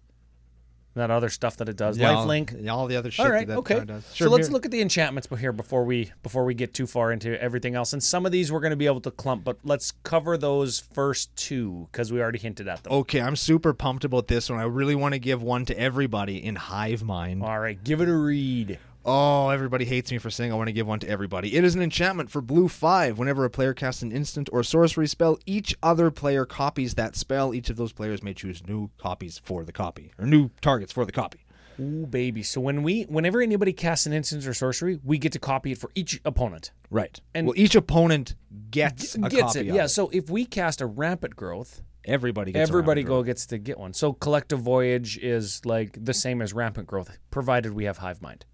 S2: that other stuff that it does.
S1: Yeah, all-
S2: Lifelink.
S1: yeah, All, the other shit
S2: All right,
S1: that that
S2: okay.
S1: card does.
S2: so let's
S1: Mir-
S2: look at the enchantments here before we before we get too far into everything else. And some of these we're going to be able to clump, but let's cover those first two because we already hinted at them.
S1: Okay, I'm super pumped about this one. I really want to give one to everybody in Hive Mind.
S2: All right, give it a read.
S1: Oh, everybody hates me for saying I want to give one to everybody. It is an enchantment for blue 5. Whenever a player casts an instant or sorcery spell, each other player copies that spell. Each of those players may choose new copies for the copy, or new targets for the copy.
S2: Ooh, baby. So when we whenever anybody casts an instance or sorcery, we get to copy it for each opponent.
S1: Right.
S2: And-
S1: And well, each opponent gets a
S2: gets
S1: copy
S2: it.
S1: of
S2: Yeah. So if we cast a rampant growth,
S1: Everybody gets a
S2: everybody
S1: round of
S2: go gets to get one. So collective voyage is like the same as rampant growth, provided we have hive mind.
S1: draw.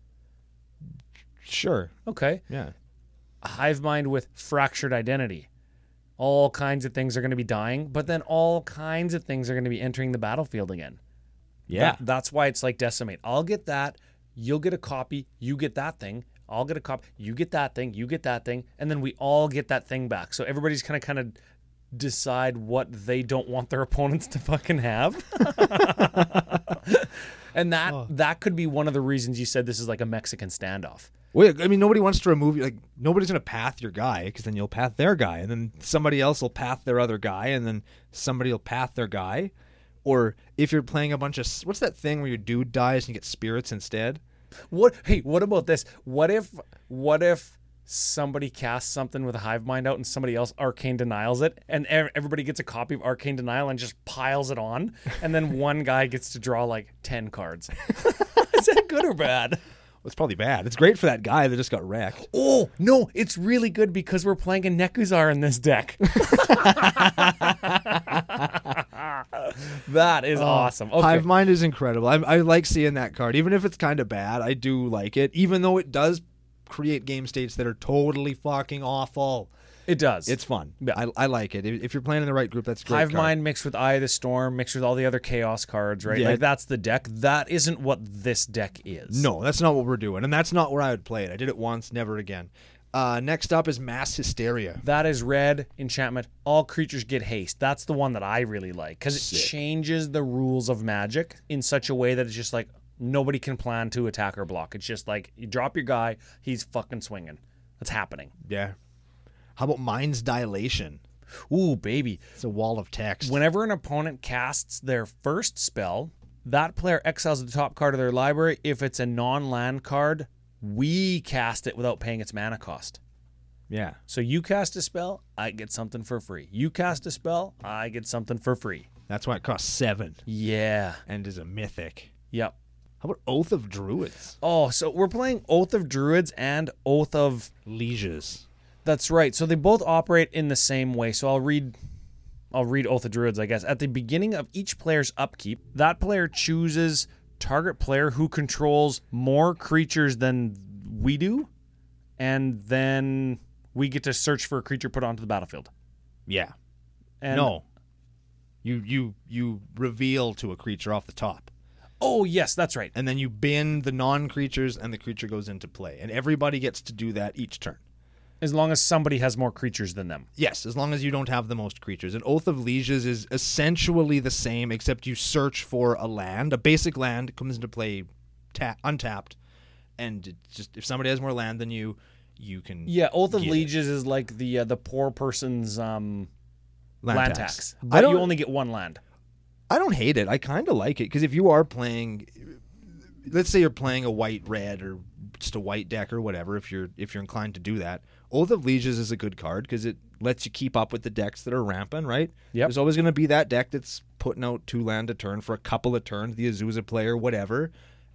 S1: Sure.
S2: Okay.
S1: Yeah.
S2: hive mind with fractured identity. All kinds of things are going to be dying, but then all kinds of things are going to be entering the battlefield again.
S1: Yeah.
S2: That- that's why it's like decimate. I'll get that. You'll get a copy. You get that thing. I'll get a copy. You get that thing. You get that thing, and then we all get that thing back. So everybody's kind of kind of decide what they don't want their opponents to fucking have. and that that could be one of the reasons you said this is like a Mexican standoff.
S1: Well, I mean, nobody wants to remove you. Like, nobody's going to path your guy because then you'll path their guy, and then somebody else will path their other guy, and then somebody will path their guy. Or if you're playing a bunch of what's that thing where your dude dies and you get spirits instead?
S2: What? Hey, what about this? What if? What if somebody casts something with a hive mind out and somebody else arcane denials it, and ev- everybody gets a copy of arcane denial and just piles it on, and then one guy gets to draw like ten cards. Is that good or bad?
S1: Well, it's probably bad. It's great for that guy that just got wrecked.
S2: Oh no, it's really good because we're playing a Nekuzar in this deck. that is awesome. Okay.
S1: Oh, Hive Mind is incredible. I, I like seeing that card, even if it's kind of bad. I do like it, even though it does create game states that are totally fucking awful.
S2: it does.
S1: It's fun.
S2: Yeah.
S1: I, I like it. If if you're playing in the right group, that's a great.
S2: Hive
S1: card.
S2: Mind mixed with Eye of the Storm, mixed with all the other Chaos cards, right?
S1: Yeah.
S2: Like that's the deck. That isn't what this deck is.
S1: No, that's not what we're doing, and that's not where I would play it. I did it once, never again. Uh, next up is Mass Hysteria.
S2: That is red enchantment. All creatures get haste. That's the one that I really like because it changes the rules of magic in such a way that it's just like nobody can plan to attack or block. It's just like you drop your guy, he's fucking swinging. That's happening.
S1: Yeah. How about Mind's Dilation?
S2: Ooh, baby.
S1: It's a wall of text.
S2: Whenever an opponent casts their first spell, that player exiles the top card of their library. If it's a non land card, we cast it without paying its mana cost.
S1: yeah.
S2: So you cast a spell, I get something for free. You cast a spell, I get something for free.
S1: That's why it costs seven
S2: Yeah.
S1: and is a mythic.
S2: Yep.
S1: How about Oath of Druids?
S2: Oh, so we're playing Oath of Druids and Oath of
S1: Lieges.
S2: That's right. So they both operate in the same way. So I'll read I'll read Oath of Druids, I guess. At the beginning of each player's upkeep, that player chooses target player who controls more creatures than we do, and then we get to search for a creature put onto the battlefield.
S1: Yeah.
S2: And
S1: no. You you you reveal to a creature off the top.
S2: Oh yes, that's right.
S1: And then you bin the non creatures and the creature goes into play. And everybody gets to do that each turn.
S2: As long as somebody has more creatures than them.
S1: Yes, as long as you don't have the most creatures. And Oath of Lieges is essentially the same, except you search for a land. A basic land comes into play ta- untapped. And it just if somebody has more land than you, you can
S2: Yeah, Oath of
S1: Yeah.
S2: Lieges is like the uh, the poor person's um,
S1: land,
S2: land,
S1: tax.
S2: tax.
S1: I
S2: But
S1: don't
S2: you only get one land.
S1: I don't hate it. I kind of like it because if you are playing, let's say you're playing a white red or just a white deck or whatever, if you're if you're inclined to do that, Oath of Lieges is a good card because it lets you keep up with the decks that are rampant, right?
S2: Yep.
S1: There's always going to be that deck that's putting out two land a turn for a couple of turns, the Azusa player, whatever,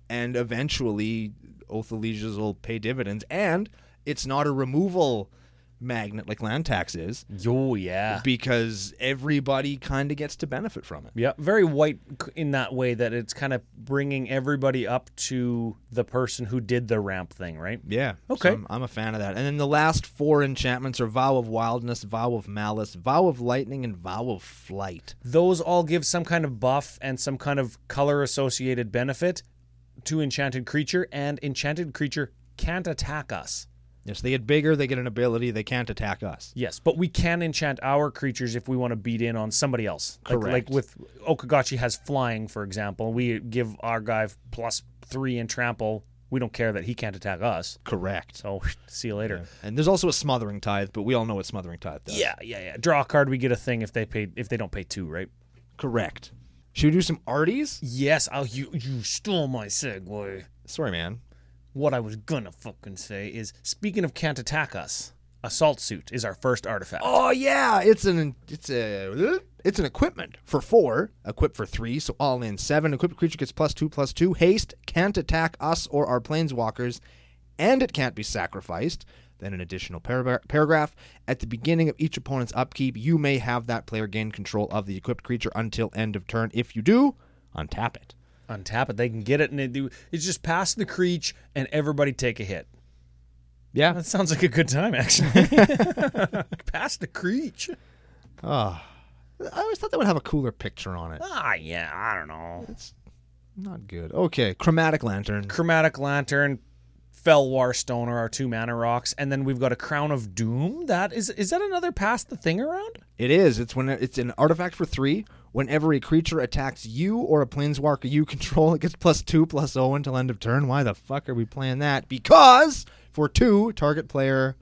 S1: and eventually Oath of Lieges will pay dividends, and it's not a removal magnet like land tax is
S2: Oh yeah.
S1: because everybody kind of gets to benefit from it.
S2: Yeah, very white c- in that way that it's kind of bringing everybody up to the person who did the ramp thing, right?
S1: Yeah.
S2: Okay.
S1: so I'm, I'm a fan of that. And then the last four enchantments are Vow of Wildness, Vow of Malice, Vow of Lightning, and Vow of Flight.
S2: Those all give some kind of buff and some kind of color associated benefit to enchanted creature, and enchanted creature can't attack us.
S1: Yes, they get bigger, they get an ability, they can't attack us.
S2: Yes, but we can enchant our creatures if we want to beat in on somebody else. Like- Like,
S1: Correct.
S2: with Okagachi has flying, for example. We give our guy plus three in trample. We don't care that he can't attack us.
S1: Correct.
S2: So see you later.
S1: And there's also a Smothering Tithe, but we all know what Smothering Tithe does.
S2: Yeah, yeah, yeah. Draw a card, we get a thing if they pay if they don't pay two, right?
S1: Correct. Should we do some arties?
S2: Yes, I'll you you stole my segue.
S1: Sorry, man.
S2: What I was gonna fucking say is speaking of can't attack us, assault suit is our first artifact.
S1: Oh yeah, it's an it's a it's an equipment for four, equipped for three, so all in seven. Equipped creature gets plus two plus two. Haste can't attack us or our planeswalkers, and it can't be sacrificed. Then an additional paragra- paragraph at the beginning of each opponent's upkeep, you may have that player gain control of the equipped creature until end of turn. If you do, untap it.
S2: Untap it, they can get it and they do it's just pass the creech and everybody take a hit.
S1: Yeah.
S2: That sounds like a good time actually. pass the creech.
S1: I always thought that would have a cooler picture on it.
S2: Ah yeah, I don't know.
S1: Not good. Okay, chromatic lantern.
S2: Chromatic Lantern, Felwar Stone are our two mana rocks, and then we've got a Crown of Doom. That is is that another pass the thing around?
S1: It is. It's when it's an artifact for three. Whenever a creature attacks you or a planeswalker you control, it gets plus two, plus zero until end of turn. Why the fuck are we playing that? Because for two, target player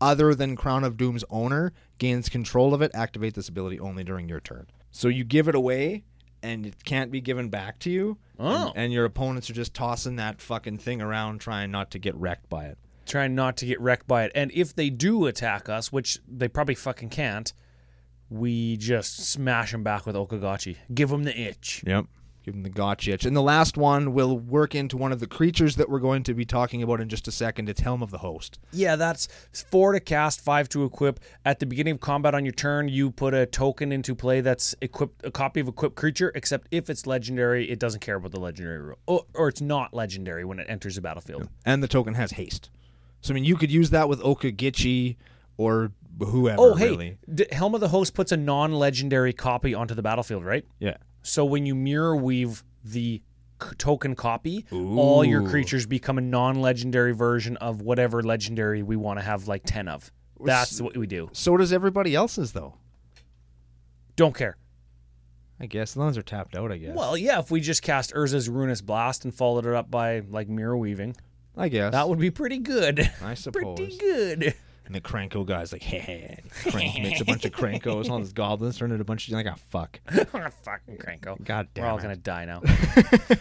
S1: other than Crown of Doom's owner gains control of it. Activate this ability only during your turn. So you give it away, and it can't be given back to you.
S2: Oh.
S1: And, and your opponents are just tossing that fucking thing around, trying not to get wrecked by it.
S2: Trying not to get wrecked by it. And if they do attack us, which they probably fucking can't, we just smash them back with Okagachi. Give them the itch.
S1: Yep. Give him the gotch itch. And the last one will work into one of the creatures that we're going to be talking about in just a second. It's Helm of the Host.
S2: Yeah, that's four to cast, five to equip. At the beginning of combat on your turn, you put a token into play that's equipped a copy of equipped creature, except if it's legendary, it doesn't care about the legendary rule. Or, or it's not legendary when it enters the battlefield.
S1: And the token has haste. So, I mean, you could use that with Okagichi or whoever,
S2: Oh, hey,
S1: really.
S2: d- Helm of the Host puts a non legendary copy onto the battlefield, right?
S1: Yeah.
S2: So when you mirror weave the c- token copy, all your
S1: Ooh.
S2: creatures become a non legendary version of whatever legendary we want to have like 10 of. That's what we do.
S1: So does everybody else's, though.
S2: Don't care.
S1: I guess. As long as they're tapped out, I guess.
S2: Well, yeah, if we just cast Urza's Ruinous Blast and followed it up by like mirror weaving,
S1: I guess.
S2: that would be pretty good.
S1: I
S2: pretty
S1: suppose.
S2: good.
S1: And the Cranko guy's like, hey, hey. and Crank makes a bunch of Crankos and all these goblins turn into a bunch of, like, ah, fuck.
S2: Ah, fucking Cranko.
S1: God damn
S2: We're all
S1: it.
S2: gonna die now.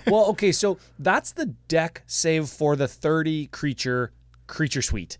S2: well, okay, so that's the deck save for the 30 creature creature suite.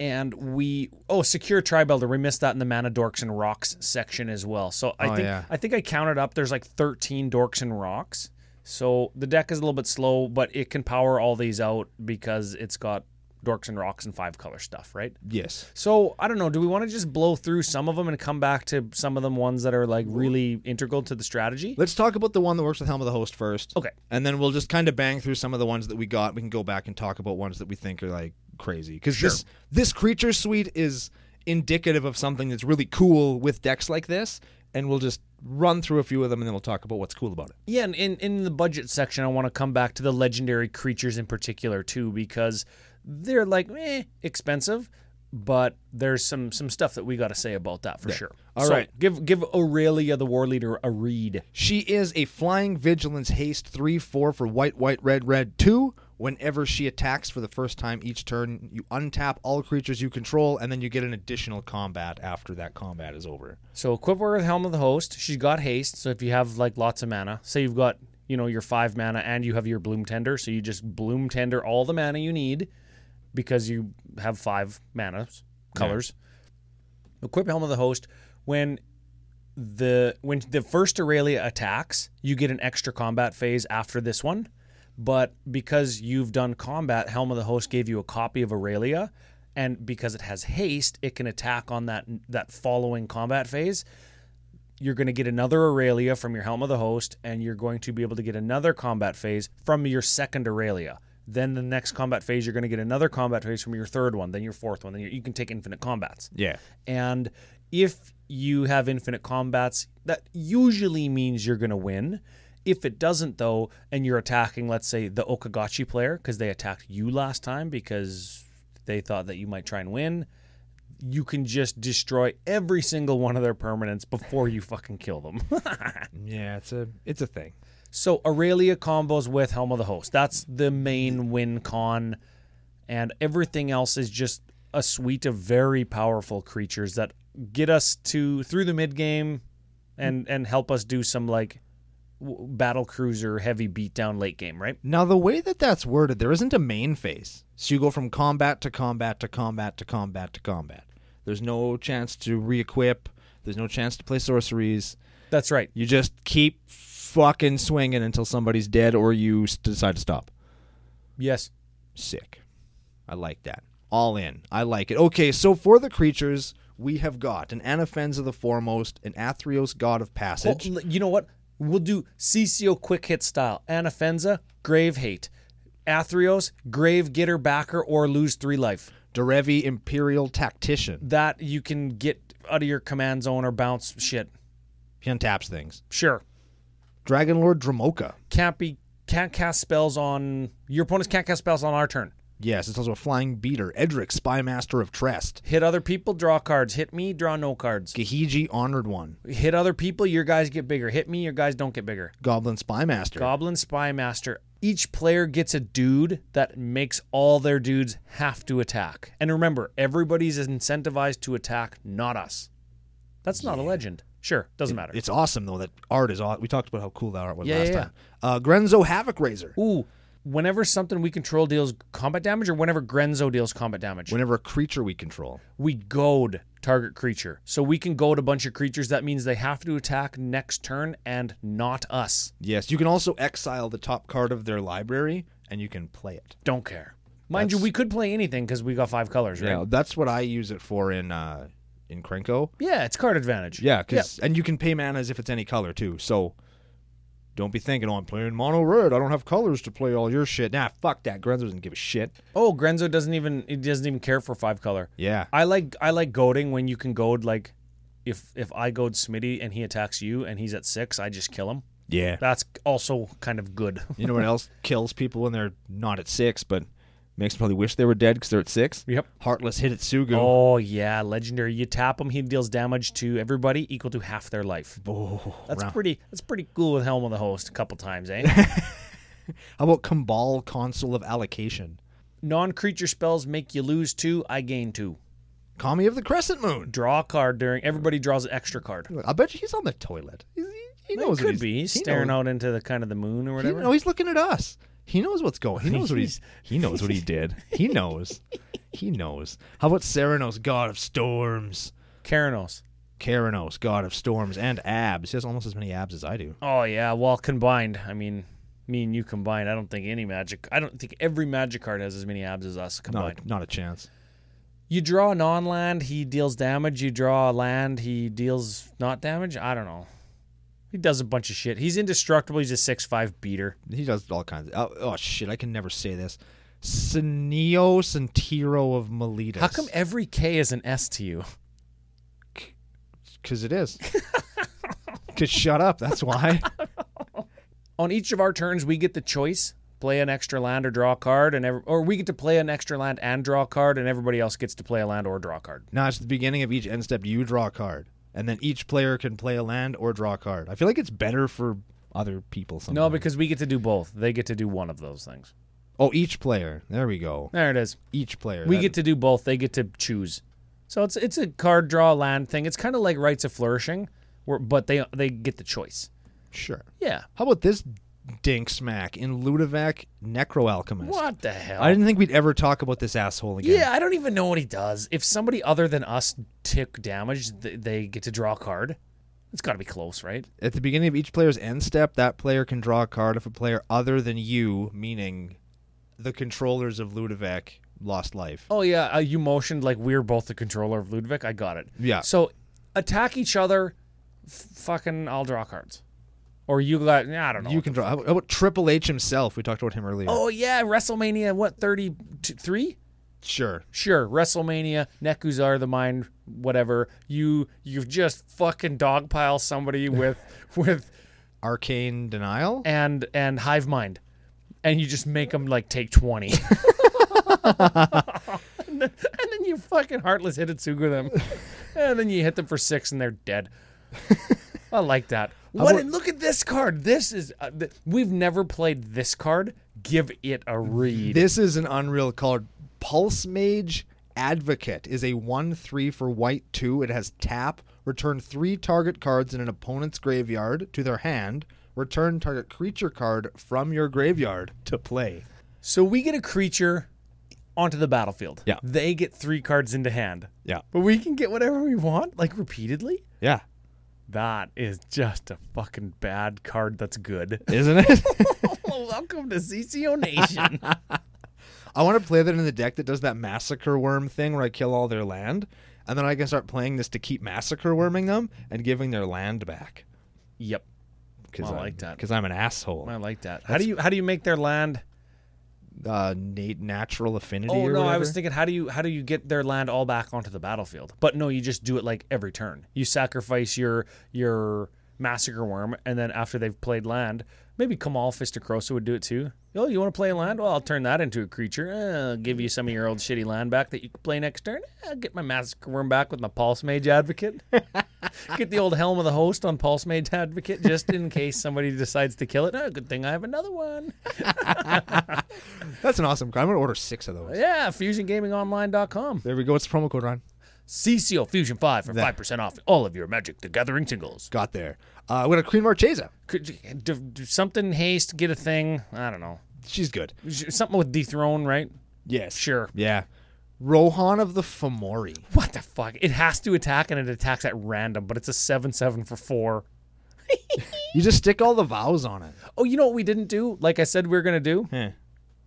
S2: And we oh secure tribe elder. We missed that in the mana dorks and rocks section as well. So I
S1: Oh,
S2: think
S1: yeah.
S2: I think I counted up. There's like 13 dorks and rocks. So the deck is a little bit slow, but it can power all these out because it's got dorks and rocks and five color stuff, right?
S1: Yes.
S2: So I don't know. Do we want to just blow through some of them and come back to some of them ones that are like really integral to the strategy?
S1: Let's talk about the one that works with Helm of the Host first.
S2: Okay.
S1: And then we'll just kind of bang through some of the ones that we got. We can go back and talk about ones that we think are like crazy. Because this this creature suite is indicative of something that's really cool with decks like this. And we'll just run through a few of them and then we'll talk about what's cool about it.
S2: Yeah, and in, in the budget section, I want to come back to the legendary creatures in particular too, because they're like eh, expensive, but there's some some stuff that we got to say about that for sure.
S1: All
S2: so
S1: right.
S2: give give Aurelia the War Leader a read.
S1: She is a flying vigilance haste 3 4 for white, white, red, red 2. Whenever she attacks for the first time each turn, you untap all creatures you control, and then you get an additional combat after that combat is over.
S2: So equip her with Helm of the Host. She's got haste, so if you have like lots of mana, say you've got you know your five mana and you have your Bloom Tender, so you just Bloom Tender all the mana you need because you have five mana colors. Equip Helm of the Host when the when the first Aurelia attacks, you get an extra combat phase after this one. But because you've done combat, Helm of the Host gave you a copy of Aurelia, and because it has haste, it can attack on that that following combat phase. You're going to get another Aurelia from your Helm of the Host, and you're going to be able to get another combat phase from your second Aurelia. Then the next combat phase, you're going to get another combat phase from your third one, then your fourth one. Then you you can take infinite combats.
S1: Yeah.
S2: And if you have infinite combats, that usually means you're going to win. If it doesn't, though, and you're attacking, let's say, the Okagachi player, because they attacked you last time because they thought that you might try and win, you can just destroy every single one of their permanents before you fucking kill them.
S1: Yeah, it's a it's a thing.
S2: So Aurelia combos with Helm of the Host. That's the main win con, and everything else is just a suite of very powerful creatures that get us to through the mid game, and and help us do some like w- battle cruiser heavy beatdown late game, right?
S1: Now, the way that that's worded, there isn't a main phase. So you go from combat to combat to combat to combat to combat. There's no chance to re equip, there's no chance to play sorceries.
S2: That's right.
S1: You just keep fucking swinging until somebody's dead or you s- decide to stop.
S2: Yes.
S1: Sick. I like that. All in. I like it. Okay, so for the creatures, we have got an Anaphenz of the Foremost, an Athreos God of Passage.
S2: Well, you know what? We'll do CCO quick hit style. Anafenza, grave hate. Athreos, grave getter backer or lose three life.
S1: Derevi Imperial Tactician.
S2: that you can get out of your command zone or bounce shit.
S1: He untaps things.
S2: Sure.
S1: Dragon Lord Dramoka.
S2: Can't be can't cast spells on your opponents can't cast spells on our turn.
S1: Yes, it's also a flying beater. Edric, spy master of Trest.
S2: Hit other people, draw cards. Hit me, draw no cards.
S1: Gahiji, honored one.
S2: Hit other people, your guys get bigger. Hit me, your guys don't get bigger.
S1: Goblin spy master.
S2: Goblin Spy Master. Each player gets a dude that makes all their dudes have to attack. And remember, everybody's incentivized to attack, not us. That's not a legend. Sure, doesn't matter.
S1: it's awesome though. That art is awesome. We talked about how cool that art was
S2: Yeah,
S1: last
S2: yeah, yeah.
S1: time. Uh, Grenzo Havoc Razor.
S2: Ooh, whenever something we control deals combat damage, or whenever Grenzo deals combat damage,
S1: Whenever a creature we control.
S2: we goad target creature. So we can goad a bunch of creatures. That means they have to attack next turn and not us.
S1: Yes, you can also exile the top card of their library, and you can play it.
S2: Don't care. Mind you, we could play anything because we got five colors, right?
S1: Yeah, that's what I use it for in uh, in Krenko.
S2: Yeah, it's card advantage.
S1: Yeah, because and you can pay mana as if it's any color too. So don't be thinking, oh, I'm playing mono red. I don't have colors to play all your shit. Nah, fuck that. Grenzo doesn't give a shit.
S2: Oh, Grenzo doesn't even it doesn't even care for five color.
S1: Yeah.
S2: I like I like goading when you can goad like. If, if I goad Smitty and he attacks you and he's at six, I just kill him.
S1: Yeah.
S2: That's also kind of good.
S1: You know what else kills people when they're not at six, but makes them probably wish they were dead because they're at six?
S2: Yep.
S1: Heartless hit at Sugu.
S2: Oh yeah, legendary. You tap him, he deals damage to everybody equal to half their life. That's pretty that's pretty cool with Helm of the Host a couple times, eh?
S1: How about Kambal, Consul of Allocation?
S2: non creature spells make you lose two, I gain two.
S1: Kami of the Crescent Moon.
S2: Draw a card during everybody draws an extra card.
S1: I bet you he's on the toilet. He, he- he knows
S2: It
S1: what
S2: could be. He's
S1: he
S2: staring
S1: knows,
S2: out into the kind of the moon or
S1: He,
S2: whatever.
S1: no, he's looking at us. He knows what's going. He knows what he's. He knows what he did. He knows. He knows. How about Serenos, God of Storms?
S2: Karanos.
S1: Keranos, God of Storms, and abs. He has almost as many abs as I do.
S2: Oh yeah, well combined. I mean me and you combined, I don't think any magic. I don't think every magic card has as many abs as us combined.
S1: Not, not a chance.
S2: You draw non land, he deals damage. You draw land, he deals not damage. I don't know. He does a bunch of shit. He's indestructible. He's a six five beater.
S1: He does all kinds of. Oh, oh shit! I can never say this. Sineo Santiro of Miletus.
S2: How come every K is an S to you?
S1: Because it is. Because shut up. That's why.
S2: On each of our turns, we get the choice: play an extra land or draw a card, and every, or we get to play an extra land and draw a card, and everybody else gets to play a land or draw a card.
S1: now it's the beginning of each end step. You draw a card, and then each player can play a land or draw a card. I feel like it's better for other people. Sometimes.
S2: No, because we get to do both. They get to do one of those things.
S1: oh, each player. There we go.
S2: There it is.
S1: Each player.
S2: We
S1: That-
S2: get to do both. They get to choose. So it's it's a card draw land thing. It's kind of like rights of flourishing, where, but they they get the choice.
S1: sure.
S2: Yeah.
S1: How about this dink smack in Ludovac Necro Alchemist?
S2: What the hell?
S1: I didn't think we'd ever talk about this asshole again.
S2: yeah, I don't even know what he does. If somebody other than us took damage, th- they get to draw a card. It's got to be close, right?
S1: At the beginning of each player's end step, that player can draw a card if a player other than you, meaning the controllers of Ludovac, lost life.
S2: Oh yeah, uh, you motioned like we're both the controller of Ludwig. I got it.
S1: Yeah.
S2: So attack each other. F- fucking, I'll draw cards, or you got. Nah, I don't know.
S1: you can draw. How about, how about Triple H himself? We talked about him earlier.
S2: Oh yeah, WrestleMania what thirty three?
S1: sure.
S2: Sure, WrestleMania, Nekuzar the Mind, whatever. You you've just fucking dogpile somebody with with
S1: Arcane Denial?
S2: and and hive mind, and you just make them like take twenty. and, then, and then you fucking heartless hit Hitsuga them, and then you hit them for six and they're dead. I like that. What?
S1: about-
S2: and look at this card. This is uh, th- we've never played this card. Give it a read.
S1: This is an unreal card. Pulse Mage Advocate is a 1 3 for white 2. It has tap, return three target cards in an opponent's graveyard to their hand, return target creature card from your graveyard to play.
S2: So we get a creature onto the battlefield.
S1: Yeah.
S2: They get three cards into hand.
S1: Yeah.
S2: But we can get whatever we want, like repeatedly.
S1: Yeah.
S2: That is just a fucking bad card that's good.
S1: Isn't it?
S2: Welcome to CCO Nation.
S1: I want to play that in the deck that does that massacre worm thing where I kill all their land, and then I can start playing this to keep massacre worming them and giving their land back.
S2: yep.
S1: Because
S2: Oh, I like that.
S1: Because I'm an asshole.
S2: I like that. How do you how do you make their land?
S1: Uh, Nate natural affinity.
S2: Oh
S1: or
S2: no, I
S1: whatever.
S2: was thinking how do you how do you get their land all back onto the battlefield? But no, you just do it like every turn. You sacrifice your your massacre worm, and then after they've played land, maybe Kamal Fistagrosa would do it too. Oh, you want to play land? Well, I'll turn that into a creature. Eh, I'll give you some of your old shitty land back that you can play next turn. Eh, I'll get my massacre worm back with my pulse mage advocate. get the old helm of the host on pulse mage advocate just in case somebody decides to kill it. Oh, good thing I have another one.
S1: That's an awesome card. I'm gonna order six of those.
S2: Yeah, fusiongamingonline.com.
S1: There we go. It's the promo code, Ron.
S2: CCO Fusion 5 for 5% off all of your Magic the Gathering tingles.
S1: Got there. Uh, we're gonna Queen Marchesa.
S2: Could, you- do, do something haste, get a thing. I don't know.
S1: She's good.
S2: Something with dethrone, right?
S1: Yes.
S2: Sure.
S1: Yeah. Rohan of the Fomori.
S2: What the fuck? It has to attack and it attacks at random, but it's a 7 7 for 4.
S1: You just stick all the vowels on it.
S2: Oh, you know what we didn't do? Like I said, we were going to do?
S1: Eh.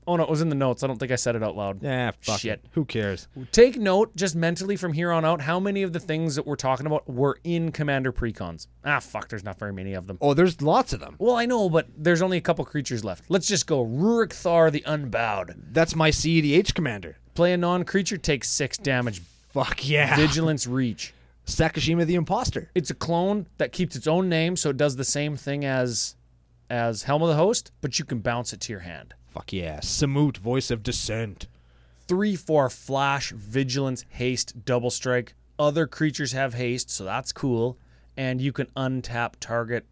S2: Oh, no, it was in the notes. I don't think I said it out loud.
S1: Yeah. Fuck
S2: Shit.
S1: It. Who cares?
S2: Take note, just mentally from here on out, how many of the things that we're talking about were in Commander Precons? Ah, fuck, there's not very many of them.
S1: Oh, there's lots of them.
S2: Well, I know, but there's only a couple creatures left. Let's just go Rurik Thar the Unbowed.
S1: That's my CEDH commander.
S2: Play a non creature, takes six damage.
S1: Fuck yeah.
S2: Vigilance Reach.
S1: Sakashima the Imposter.
S2: It's a clone that keeps its own name, so it does the same thing as as Helm of the Host, but you can bounce it to your hand.
S1: Fuck yeah. Samut, voice of dissent.
S2: Three, four, flash, vigilance, haste, double strike. Other creatures have haste, so that's cool. And you can untap target.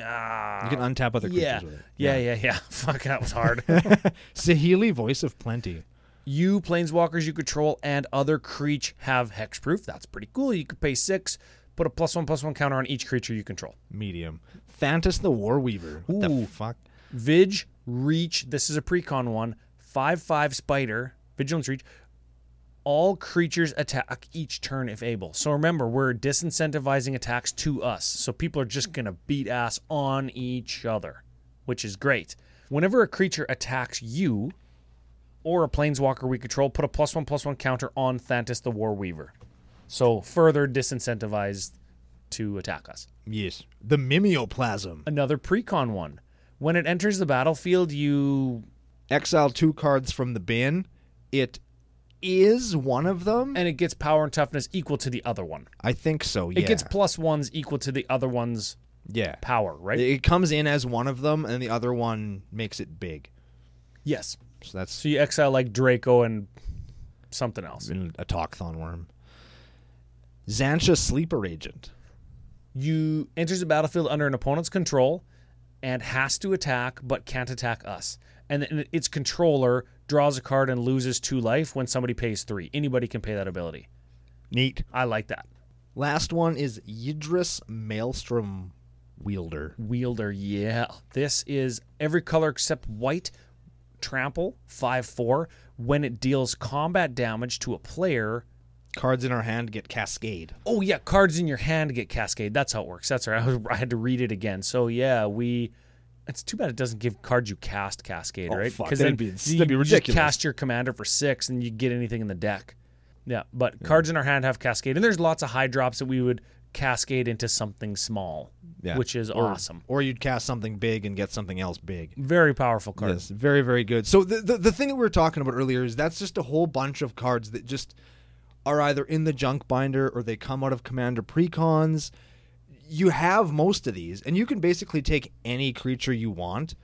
S2: Ah,
S1: You can untap other creatures
S2: yeah.
S1: with it.
S2: yeah, yeah, yeah. Fuck, that was hard.
S1: Sahili, voice of plenty.
S2: You planeswalkers you control and other creature have hexproof. That's pretty cool. You could pay six, put a plus one plus one counter on each creature you control.
S1: Medium. Thantis the Warweaver. What
S2: Ooh.
S1: the fuck?
S2: Vig, reach. This is a precon one. Five five spider. Vigilance reach. All creatures attack each turn if able. So remember, we're disincentivizing attacks to us. So people are just gonna beat ass on each other, which is great. Whenever a creature attacks you or a planeswalker we control, put a plus one plus one counter on Thantis the War Weaver. So further disincentivized to attack us.
S1: Yes. The mimeoplasm.
S2: Another precon one. When it enters the battlefield, you
S1: Exile two cards from the bin. It is one of them.
S2: and it gets power and toughness equal to the other one.
S1: I think so. Yeah.
S2: It gets plus ones equal to the other one's
S1: yeah.
S2: power, right?
S1: It comes in as one of them, and the other one makes it big.
S2: yes.
S1: So that's
S2: So you exile like Draco and something else.
S1: a talkthon worm. Xantia sleeper agent.
S2: You enters the battlefield under an opponent's control and has to attack but can't attack us. And then its controller draws a card and loses two life when somebody pays three. Anybody can pay that ability.
S1: Neat.
S2: I like that.
S1: Last one is Yidris Maelstrom wielder.
S2: Wielder, yeah. This is every color except white, trample, 5 4. When it deals combat damage to a player,
S1: Cards in our hand get cascade.
S2: Oh yeah, cards in your hand get cascade. That's how it works. That's right. I, was, I had to read it again. So yeah, we. It's too bad it doesn't give cards you cast cascade, right?
S1: Oh, fuck,
S2: Because
S1: that'd be-
S2: you
S1: that'd be
S2: just
S1: ridiculous.
S2: cast your commander for six, and you get anything in the deck. Yeah, but cards in our hand have cascade, and there's lots of high drops that we would cascade into something small,
S1: Yeah.
S2: which is
S1: Or-
S2: awesome.
S1: Or you'd cast something big and get something else big.
S2: Very powerful card.
S1: Yes, very, very good. So the, the the thing that we were talking about earlier is that's just a whole bunch of cards that just are either in the junk binder or they come out of commander precons. You have most of these, and you can basically take any creature you want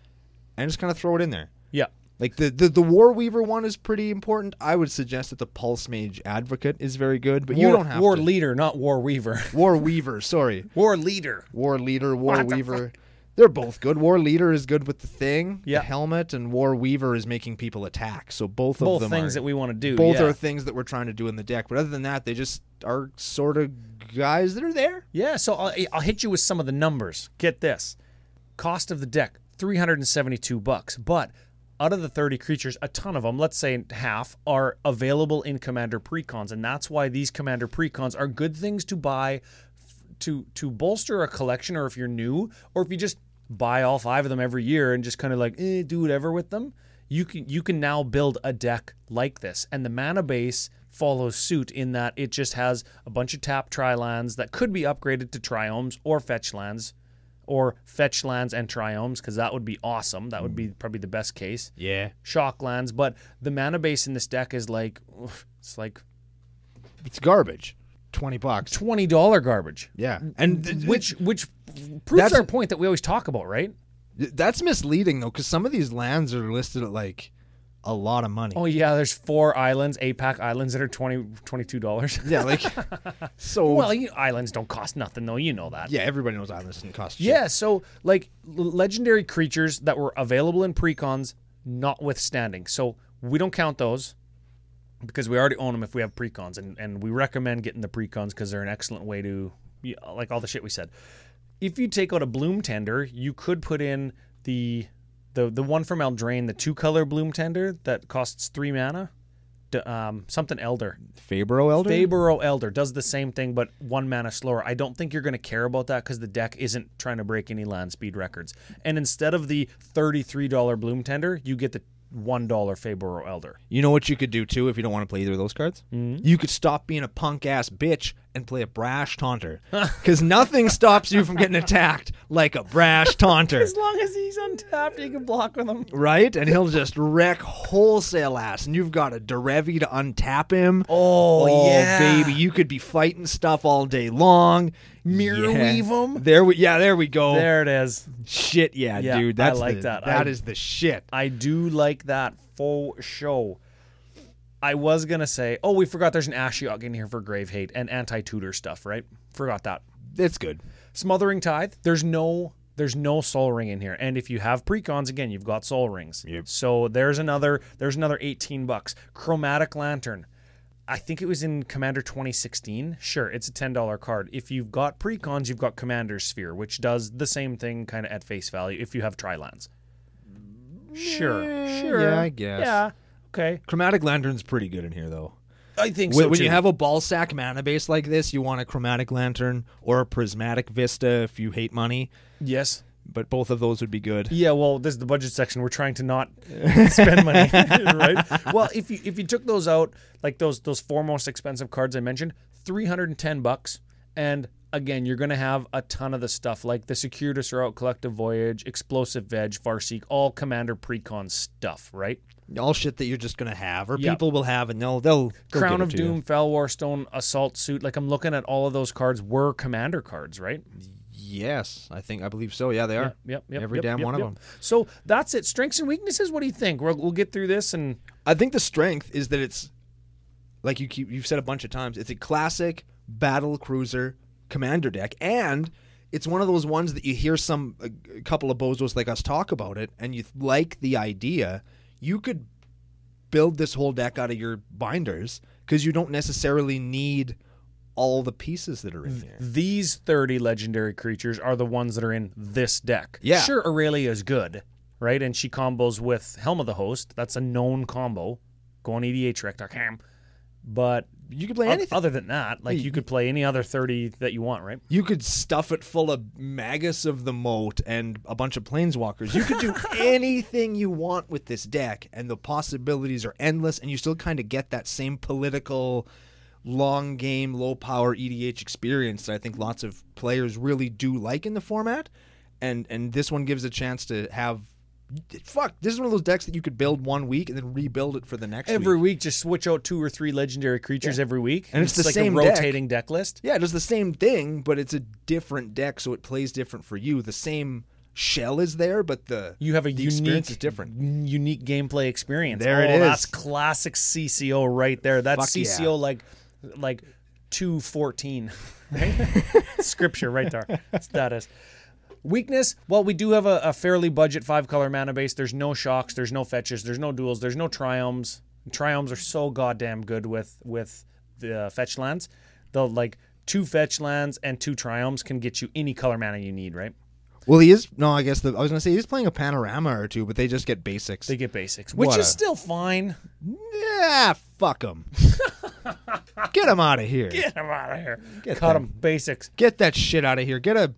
S1: and just kind of throw it in there.
S2: Yeah,
S1: Like the, the the War Weaver one is pretty important. I would suggest that the Pulse Mage Advocate is very good, but
S2: war,
S1: you don't have
S2: war
S1: to.
S2: leader, not war weaver.
S1: War Weaver, sorry.
S2: war leader.
S1: War Leader, War
S2: What the
S1: Weaver. They're both good. War Leader is good with the thing,
S2: Yeah.
S1: the helmet, and War Weaver is making people attack. So both, of
S2: Both
S1: them
S2: things
S1: are,
S2: that we want to do.
S1: both
S2: yeah.
S1: are things that we're trying to do in the deck. But other than that, they just are sort of guys that are there.
S2: Yeah, so I'll, I'll hit you with some of the numbers. Get this. Cost of the deck, 372 bucks. But out of the 30 creatures, a ton of them, let's say half, are available in commander precons and that's why these commander precons are good things to buy f- to to bolster a collection or if you're new or if you just buy all five of them every year and just kind of like eh, do whatever with them. You can you can now build a deck like this and the mana base follows suit in that it just has a bunch of tap tri lands that could be upgraded to triomes or fetch lands or fetch lands and triomes because that would be awesome. That would be probably the best case.
S1: Yeah.
S2: Shock lands, but the mana base in this deck is like it's like
S1: It's garbage. 20 bucks.
S2: twenty dollar garbage,
S1: Yeah. And th- th-
S2: which which proves
S1: That's-
S2: our point that we always talk about, right?
S1: that's misleading, though, because some of these lands are listed at like a lot of money.
S2: Oh yeah, there's four islands, APAC islands that are 20 22 dollars.
S1: Yeah, like, so.
S2: well, you, islands don't cost nothing though, you know that.
S1: yeah, everybody knows Islands didn't cost shit.
S2: Yeah, so like l- legendary creatures that were available in precons, notwithstanding. So we don't count those because we already own them if we have precons, and, and we recommend getting the precons because they're an excellent way to, yeah, like all the shit we said. If you take out a bloom tender, you could put in the the the one from Eldraine, the two color bloom tender that costs three mana, D- um, something elder.
S1: Fabro Elder?
S2: Fabro Elder does the same thing, but one mana slower. I don't think you're going to care about that because the deck isn't trying to break any land speed records. And instead of the $33 Bloom Tender, you get the $1 Fabro Elder.
S1: You know what you could do too if you don't want to play either of those cards?
S2: Mm-hmm.
S1: You could stop being a punk ass bitch and play a brash taunter. Because nothing stops you from getting attacked like a brash taunter.
S2: long as he's untapped, you can block with him.
S1: Right? And he'll just wreck wholesale ass. And you've got a Derevi to untap him.
S2: Oh, yeah.
S1: baby. You could be fighting stuff all day long.
S2: Mirror weave 'em?
S1: There we, yeah, there we go.
S2: There it is.
S1: Shit, yeah,
S2: Yeah,
S1: dude.
S2: I
S1: That's
S2: like
S1: the,
S2: that.
S1: That
S2: I-
S1: is the shit.
S2: I do like that full show. I was going to say, oh, we forgot there's an Ashiok in here for Grave Hate and anti Tudor stuff, right? Forgot that.
S1: It's good.
S2: smothering tithe there's no there's no soul ring in here and if you have precons again you've got soul rings
S1: Yep.
S2: so there's another there's another 18 bucks chromatic lantern i think it was in commander 2016 sure it's a $10 card if you've got precons you've got commander's sphere which does the same thing kind of at face value if you have trilands sure sure
S1: Mm, yeah, I guess.
S2: yeah okay
S1: Chromatic Lantern's pretty good in here, though.
S2: i think
S1: When,
S2: so
S1: when you
S2: too.
S1: have a ball sack mana base like this, you want a chromatic lantern or a prismatic vista if you hate money.
S2: yes
S1: But both of those would be good.
S2: Yeah, well, this is the budget section. We're trying to not spend money, right? Well, if you if you took those out, like those those four most expensive cards I mentioned, three hundred and ten bucks, and again, you're going to have a ton of the stuff like the Securitas are out, Collective Voyage, Explosive Veg, Farseek, all Commander Precon stuff, right?
S1: All shit that you're just gonna have, or
S2: Yeah.
S1: people will have, and they'll they'll they'll give
S2: Crown
S1: it
S2: of
S1: to you.
S2: Doom, Falwar Stone, Assault Suit. Like I'm looking at all of those cards were Commander cards, right?
S1: Yes, I think I believe so. Yeah, they are.
S2: Yep, yep.
S1: Every
S2: yep,
S1: damn
S2: yep,
S1: one
S2: yep.
S1: of them.
S2: So that's it. Strengths and weaknesses. What do you think? We'll, we'll get through this and
S1: I think the strength is that it's like you keep you've said a bunch of times. It's a classic battle cruiser commander deck, and it's one of those ones that you hear some a, a couple of bozos like us talk about it, and you like the idea. You could build this whole deck out of your binders because you don't necessarily need all the pieces that are in there.
S2: these 30 legendary creatures are the ones that are in this deck.
S1: Yeah.
S2: Sure, Aurelia is good, right? And she combos with Helm of the Host. That's a known combo. Go on E EDH rec. dot com. But
S1: You could play
S2: o-
S1: anything.
S2: other than that, like you could play any other 30 that you want, right?
S1: You could stuff it full of Magus of the Moat and a bunch of planeswalkers. You could do anything you want with this deck, and the possibilities are endless, and you still kind of get that same political, long game, low power EDH experience that I think lots of players really do like in the format. And and this one gives a chance to have fuck, this is one of those decks that you could build one week and then rebuild it for the next
S2: Every
S1: week.
S2: week, just switch out two or three legendary creatures every week.
S1: And it's the
S2: like
S1: same
S2: a
S1: deck.
S2: rotating deck list.
S1: Yeah, it does the same thing, but it's a different deck, so it plays different for you. The same shell is there, but the
S2: You have a
S1: the
S2: unique,
S1: experience is different.
S2: n- unique gameplay experience.
S1: There
S2: oh,
S1: it
S2: That's
S1: is.
S2: classic CCO right there. That's
S1: Fuck yeah.
S2: CCO like, like, two fourteen, right? Scripture right there. Status. Weakness. Well, we do have a, a fairly budget five color mana base. There's no shocks. There's no fetches. There's no duels. There's no triumphs. Triumphs are so goddamn good with with the uh, fetch lands. The like two fetch lands and two triumphs can get you any color mana you need. Right?
S1: Well, he is no, I guess the, I was gonna say he's playing a panorama or two, but they just get basics.
S2: They get basics, which
S1: What
S2: is
S1: a-
S2: still fine.
S1: yeah, fuck him. get him out of here.
S2: Get him out of here. Cut him. Basics.
S1: Get that shit out of here. Get a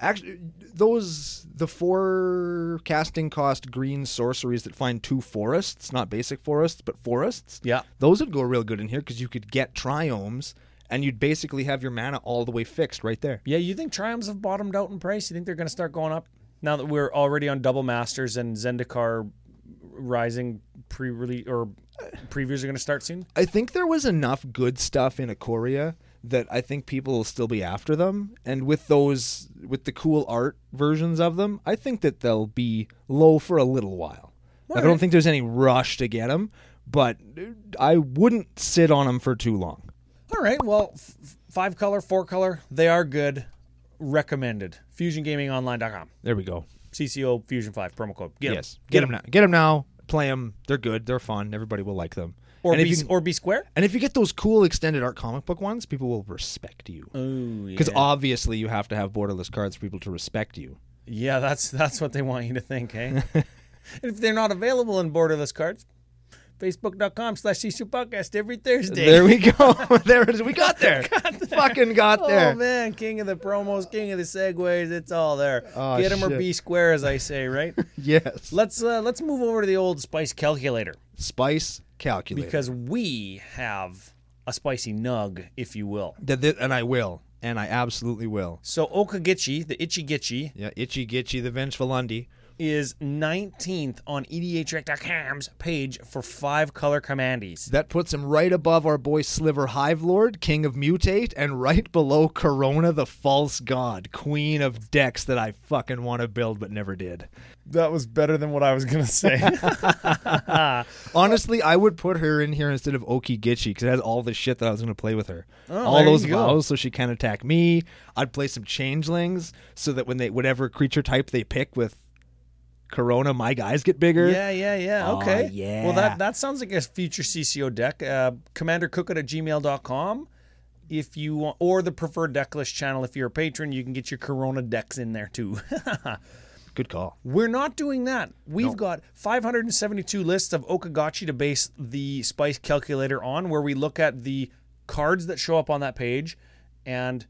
S1: actually those the four casting cost green sorceries that find two forests, not basic forests, but forests.
S2: Yeah.
S1: Those would go real good in here because you could get triomes and you'd basically have your mana all the way fixed right there.
S2: Yeah, you think Triumphs have bottomed out in price? You think they're going to start going up now that we're already on Double Masters and Zendikar Rising pre-release or previews are going to start soon?
S1: I think there was enough good stuff in Ikoria that I think people will still be after them. And with those, with the cool art versions of them, I think that they'll be low for a little while. I don't think there's any rush to get them, but uh, I wouldn't sit on them for too long.
S2: All right. Well, f- f- five color, four color, they are good. Recommended. FusionGamingOnline.com.
S1: There we go.
S2: CCO Fusion 5 promo code. Get 'em.
S1: Yes, get them now. Get them now. Play them. They're good. They're fun. Everybody will like them.
S2: Or
S1: and
S2: be,
S1: if you,
S2: or be square.
S1: and if you get those cool extended art comic book ones, people will respect you.
S2: Ooh, yeah.
S1: Because obviously you have to have borderless cards for people to respect you.
S2: Yeah, that's that's what they want you to think, hey? and if they're not available in borderless cards, facebook.com slash CSU podcast every Thursday.
S1: There we go. there it is. We got there. Fucking got
S2: oh,
S1: there.
S2: man, king of the promos, king of the segues, it's all there.
S1: Oh,
S2: Get 'em or
S1: shit.
S2: be square, as I say, right?
S1: yes.
S2: let's uh, let's move over to the old spice calculator
S1: Spice calculator.
S2: because we have a spicy nug, if you will.
S1: Th- th- and I will. And I absolutely will.
S2: So Okagichi, the itchy gitchy,
S1: Yeah, Itchy Gitchy, the Vengeful Undy.
S2: is 19th on E EDHREC.com's page for five color commandees.
S1: That puts him right above our boy Sliver Hive Lord, King of Mutate, and right below Corona, the False God, Queen of Decks that I fucking want to build but never did.
S2: That was better than what I was gonna say.
S1: Honestly, I would put her in here instead of Oki Gitchy because it has all the shit that I was going to play with her. all
S2: Oh, there
S1: those
S2: you go.
S1: vows, so she can attack me. I'd play some changelings so that when they whatever creature type they pick with Corona, my guys get bigger.
S2: yeah, yeah, yeah.
S1: Aw,
S2: Okay. Well,
S1: yeah.
S2: that that sounds like a future CCO deck. Uh, CommanderCookit at gmail.com. If you want, or the preferred deck list channel, if you're a patron, you can get your Corona decks in there too.
S1: Good call.
S2: We're not doing that. We've got 572 lists of Okagachi to base the spice calculator on, where we look at the cards that show up on that page, and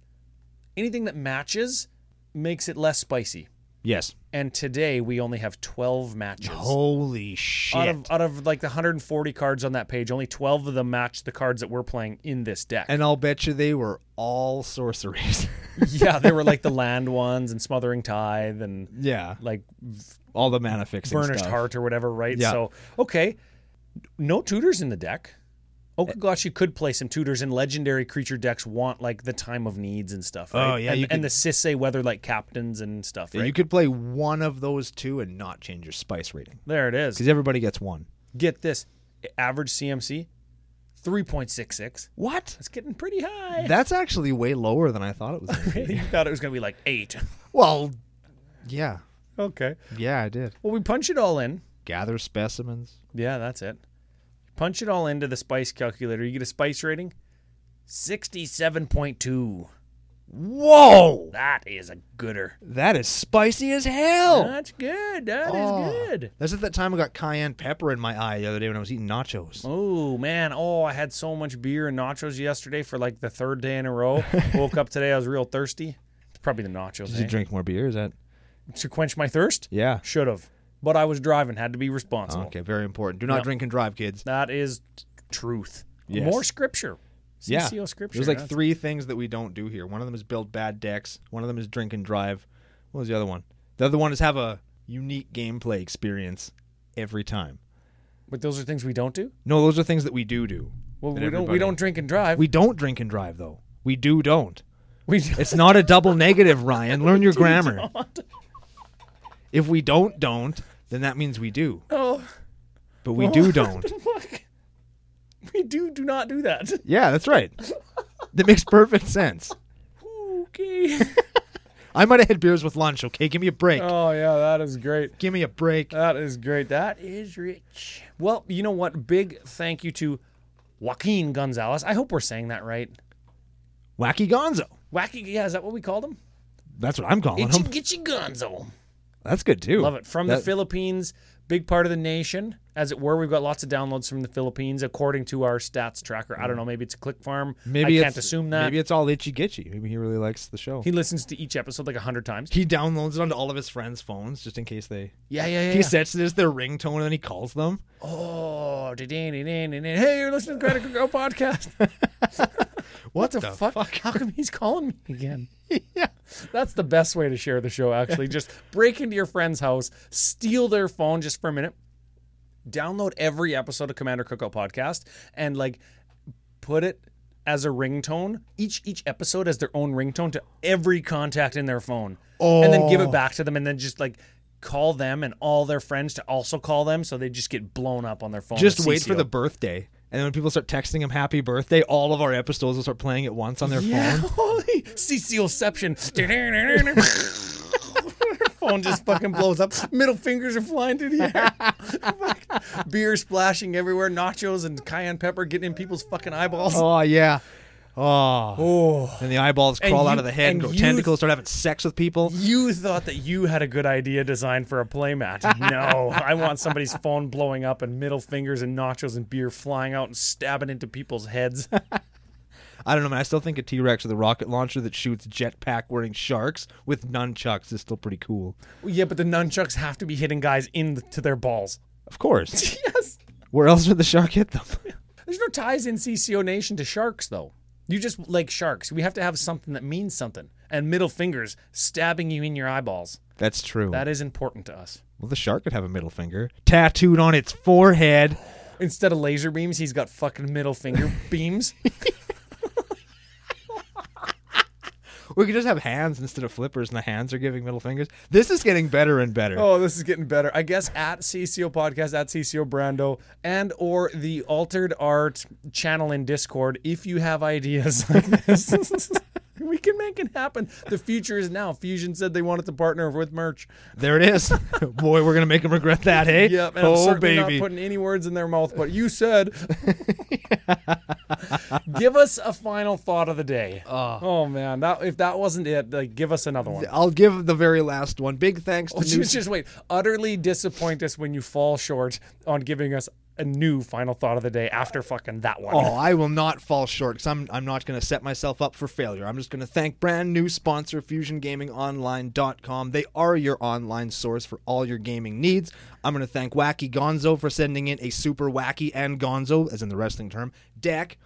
S2: anything that matches makes it less spicy.
S1: Yes.
S2: and today we only have 12 matches.
S1: Holy shit.
S2: Out of, out of like the 140 cards on that page, only 12 of them match the cards that we're playing in this deck.
S1: and I'll bet you they were all sorceries.
S2: yeah, they were like the land ones and smothering tithe and
S1: yeah.
S2: like
S1: All the mana fixing
S2: burnished
S1: stuff.
S2: heart or whatever, right?
S1: Yeah.
S2: So okay, no tutors in the deck. Okaglashi could play some tutors, and legendary creature decks want like the time of needs and stuff. Right?
S1: Oh, yeah,
S2: and,
S1: you
S2: and the Sisse weatherlight captains and stuff.
S1: Yeah,
S2: Right?
S1: You could play one of those two and not change your spice rating
S2: there it is.
S1: because everybody gets one.
S2: Get this average CMC, three point six six.
S1: What?
S2: That's getting pretty high.
S1: That's actually way lower than I thought it was. gonna be.
S2: you thought it was going to be like eight.
S1: well, yeah,
S2: Okay.
S1: yeah, I did.
S2: Well, we punch it all in.
S1: Gather specimens.
S2: Yeah, that's it. Punch it all into the spice calculator. You get a spice rating, sixty-seven point two.
S1: Whoa,
S2: That is a gooder.
S1: that is spicy as hell.
S2: That's good. That is
S1: Oh.
S2: good.
S1: That's at that time I got cayenne pepper in my eye the other day when I was eating nachos.
S2: Oh man! Oh, I had so much beer and nachos yesterday for like the third day in a row. Woke up today, I was real thirsty. It's probably the nachos eh?
S1: drink more beer? Is that?
S2: to quench my thirst.
S1: Yeah.
S2: Should have, but I was driving. Had to be responsible.
S1: Okay, very important. Do not drink and drive, kids.
S2: That is t- truth.
S1: Yes.
S2: More scripture.
S1: Yeah.
S2: CCO scripture.
S1: There's like
S2: That's-
S1: three things that we don't do here. One of them is build bad decks. One of them is drink and drive. What was the other one? The other one is have a unique gameplay experience every time.
S2: But those are things we don't do.
S1: No, those are things that we do do.
S2: Well,
S1: that
S2: we don't.
S1: everybody-
S2: We don't drink and drive.
S1: We don't drink and drive though. We do don't.
S2: we
S1: It's not a double negative, Ryan. Learn your grammar. If we don't don't, then that means we do.
S2: oh,
S1: But we do don't.
S2: fuck. We do do not do that.
S1: Yeah, that's right. That makes perfect sense.
S2: Okay.
S1: I might have had beers with lunch, okay? Give me a break.
S2: oh yeah, that is great.
S1: Give me a break.
S2: That is great. That is rich. Well, you know what? Big thank you to Joaquin Gonzalez. I hope we're saying that right.
S1: Wacky Gonzo.
S2: Wacky, yeah, is that what we called him?
S1: That's what I'm calling
S2: Itchy
S1: him.
S2: Gitchy Gonzo.
S1: That's good too.
S2: Love it. From the
S1: That-
S2: Philippines, big part of the nation, as it were. We've got lots of downloads from the Philippines, according to our stats tracker. I don't know. Maybe it's a click farm.
S1: Maybe
S2: I can't
S1: it's-
S2: assume that.
S1: Maybe it's all itchy gitchy. Maybe he really likes the show.
S2: he
S1: He,
S2: listens to each episode like a hundred times.
S1: downloads it onto all of his friends' phones just in case they.
S2: Yeah, yeah, yeah.
S1: He
S2: yeah.
S1: sets it as their ringtone and then he calls them.
S2: oh, da-da-da-da-da-da. hey, you're listening to Credit Girl podcast.
S1: What,
S2: the, fuck? How come he's calling me again?
S1: yeah.
S2: That's the best way to share the show, actually. just break into your friend's house, steal their phone just for a minute, download every episode of Commander Cookout Podcast, and like put it as a ringtone, each each episode as their own ringtone to every contact in their phone. And then
S1: Oh.
S2: give it back to them and then just like call them and all their friends to also call them so they just get blown up on their phone.
S1: Just
S2: with
S1: wait for
S2: CCO.
S1: the birthday. And then when people start texting him happy birthday, all of our episodes will start playing at once on their
S2: Yeah,
S1: phone.
S2: holy CCOception. Phone just fucking blows up. Middle fingers are flying through the air. Fuck. Beer splashing everywhere. Nachos and cayenne pepper getting in people's fucking eyeballs.
S1: Oh, yeah. Oh.
S2: Oh.
S1: And the eyeballs crawl out
S2: you-
S1: of the head and
S2: and
S1: go
S2: you-
S1: tentacles, start having sex with people.
S2: You thought that you had a good idea designed for a playmat. No, I want somebody's phone blowing up and middle fingers and nachos and beer flying out and stabbing into people's heads.
S1: I don't know, man. I still think a T Rex with a rocket launcher that shoots jetpack wearing sharks with nunchucks is still pretty cool.
S2: yeah, but the nunchucks have to be hitting guys into their balls.
S1: Of course.
S2: Yes.
S1: Where else would the shark hit them?
S2: There's no ties in CCO Nation to sharks, though. You just like sharks. We have to have something that means something. And middle fingers stabbing you in your eyeballs.
S1: That's true.
S2: That is important to us.
S1: well, the shark could have a middle finger tattooed on its forehead.
S2: Instead of laser beams, he's got fucking middle finger beams.
S1: We could just have hands instead of flippers, and the hands are giving middle fingers. This is getting better and better.
S2: Oh, this is getting better. I guess at CCO Podcast, at CCO Brando, and or the Altered Art channel in Discord, if you have ideas like this. We can make it happen. The future is now. Fusion said they wanted to partner with merch.
S1: There it is. Boy, we're gonna make him regret that, hey?
S2: Yep, and I'm
S1: oh,
S2: certainly
S1: baby.
S2: not putting any words in their mouth, but you said. give us a final thought of the day. oh man, that if that wasn't it, like, give us another one.
S1: I'll give the very last
S2: Oh,
S1: one. Big thanks to
S2: Just, just wait. Utterly disappoint us when you fall short on giving us a new final thought of the day after fucking that one.
S1: Oh, I will not fall short because I'm, I'm not going to set myself up for failure. I'm just going to thank brand new sponsor FusionGamingOnline.com. They are your online source for all your gaming needs. I'm going to thank Wacky Gonzo for sending in a super wacky and Gonzo, as in the wrestling term, deck.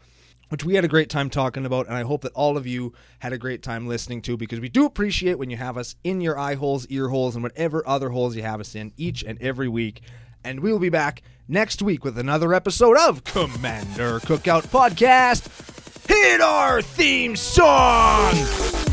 S1: Which we had a great time talking about, and I hope that all of you had a great time listening to because we do appreciate when you have us in your eye holes, ear holes, and whatever other holes you have us in each and every week. And we'll be back next week with another episode of Commander Cookout Podcast. Hit our theme song!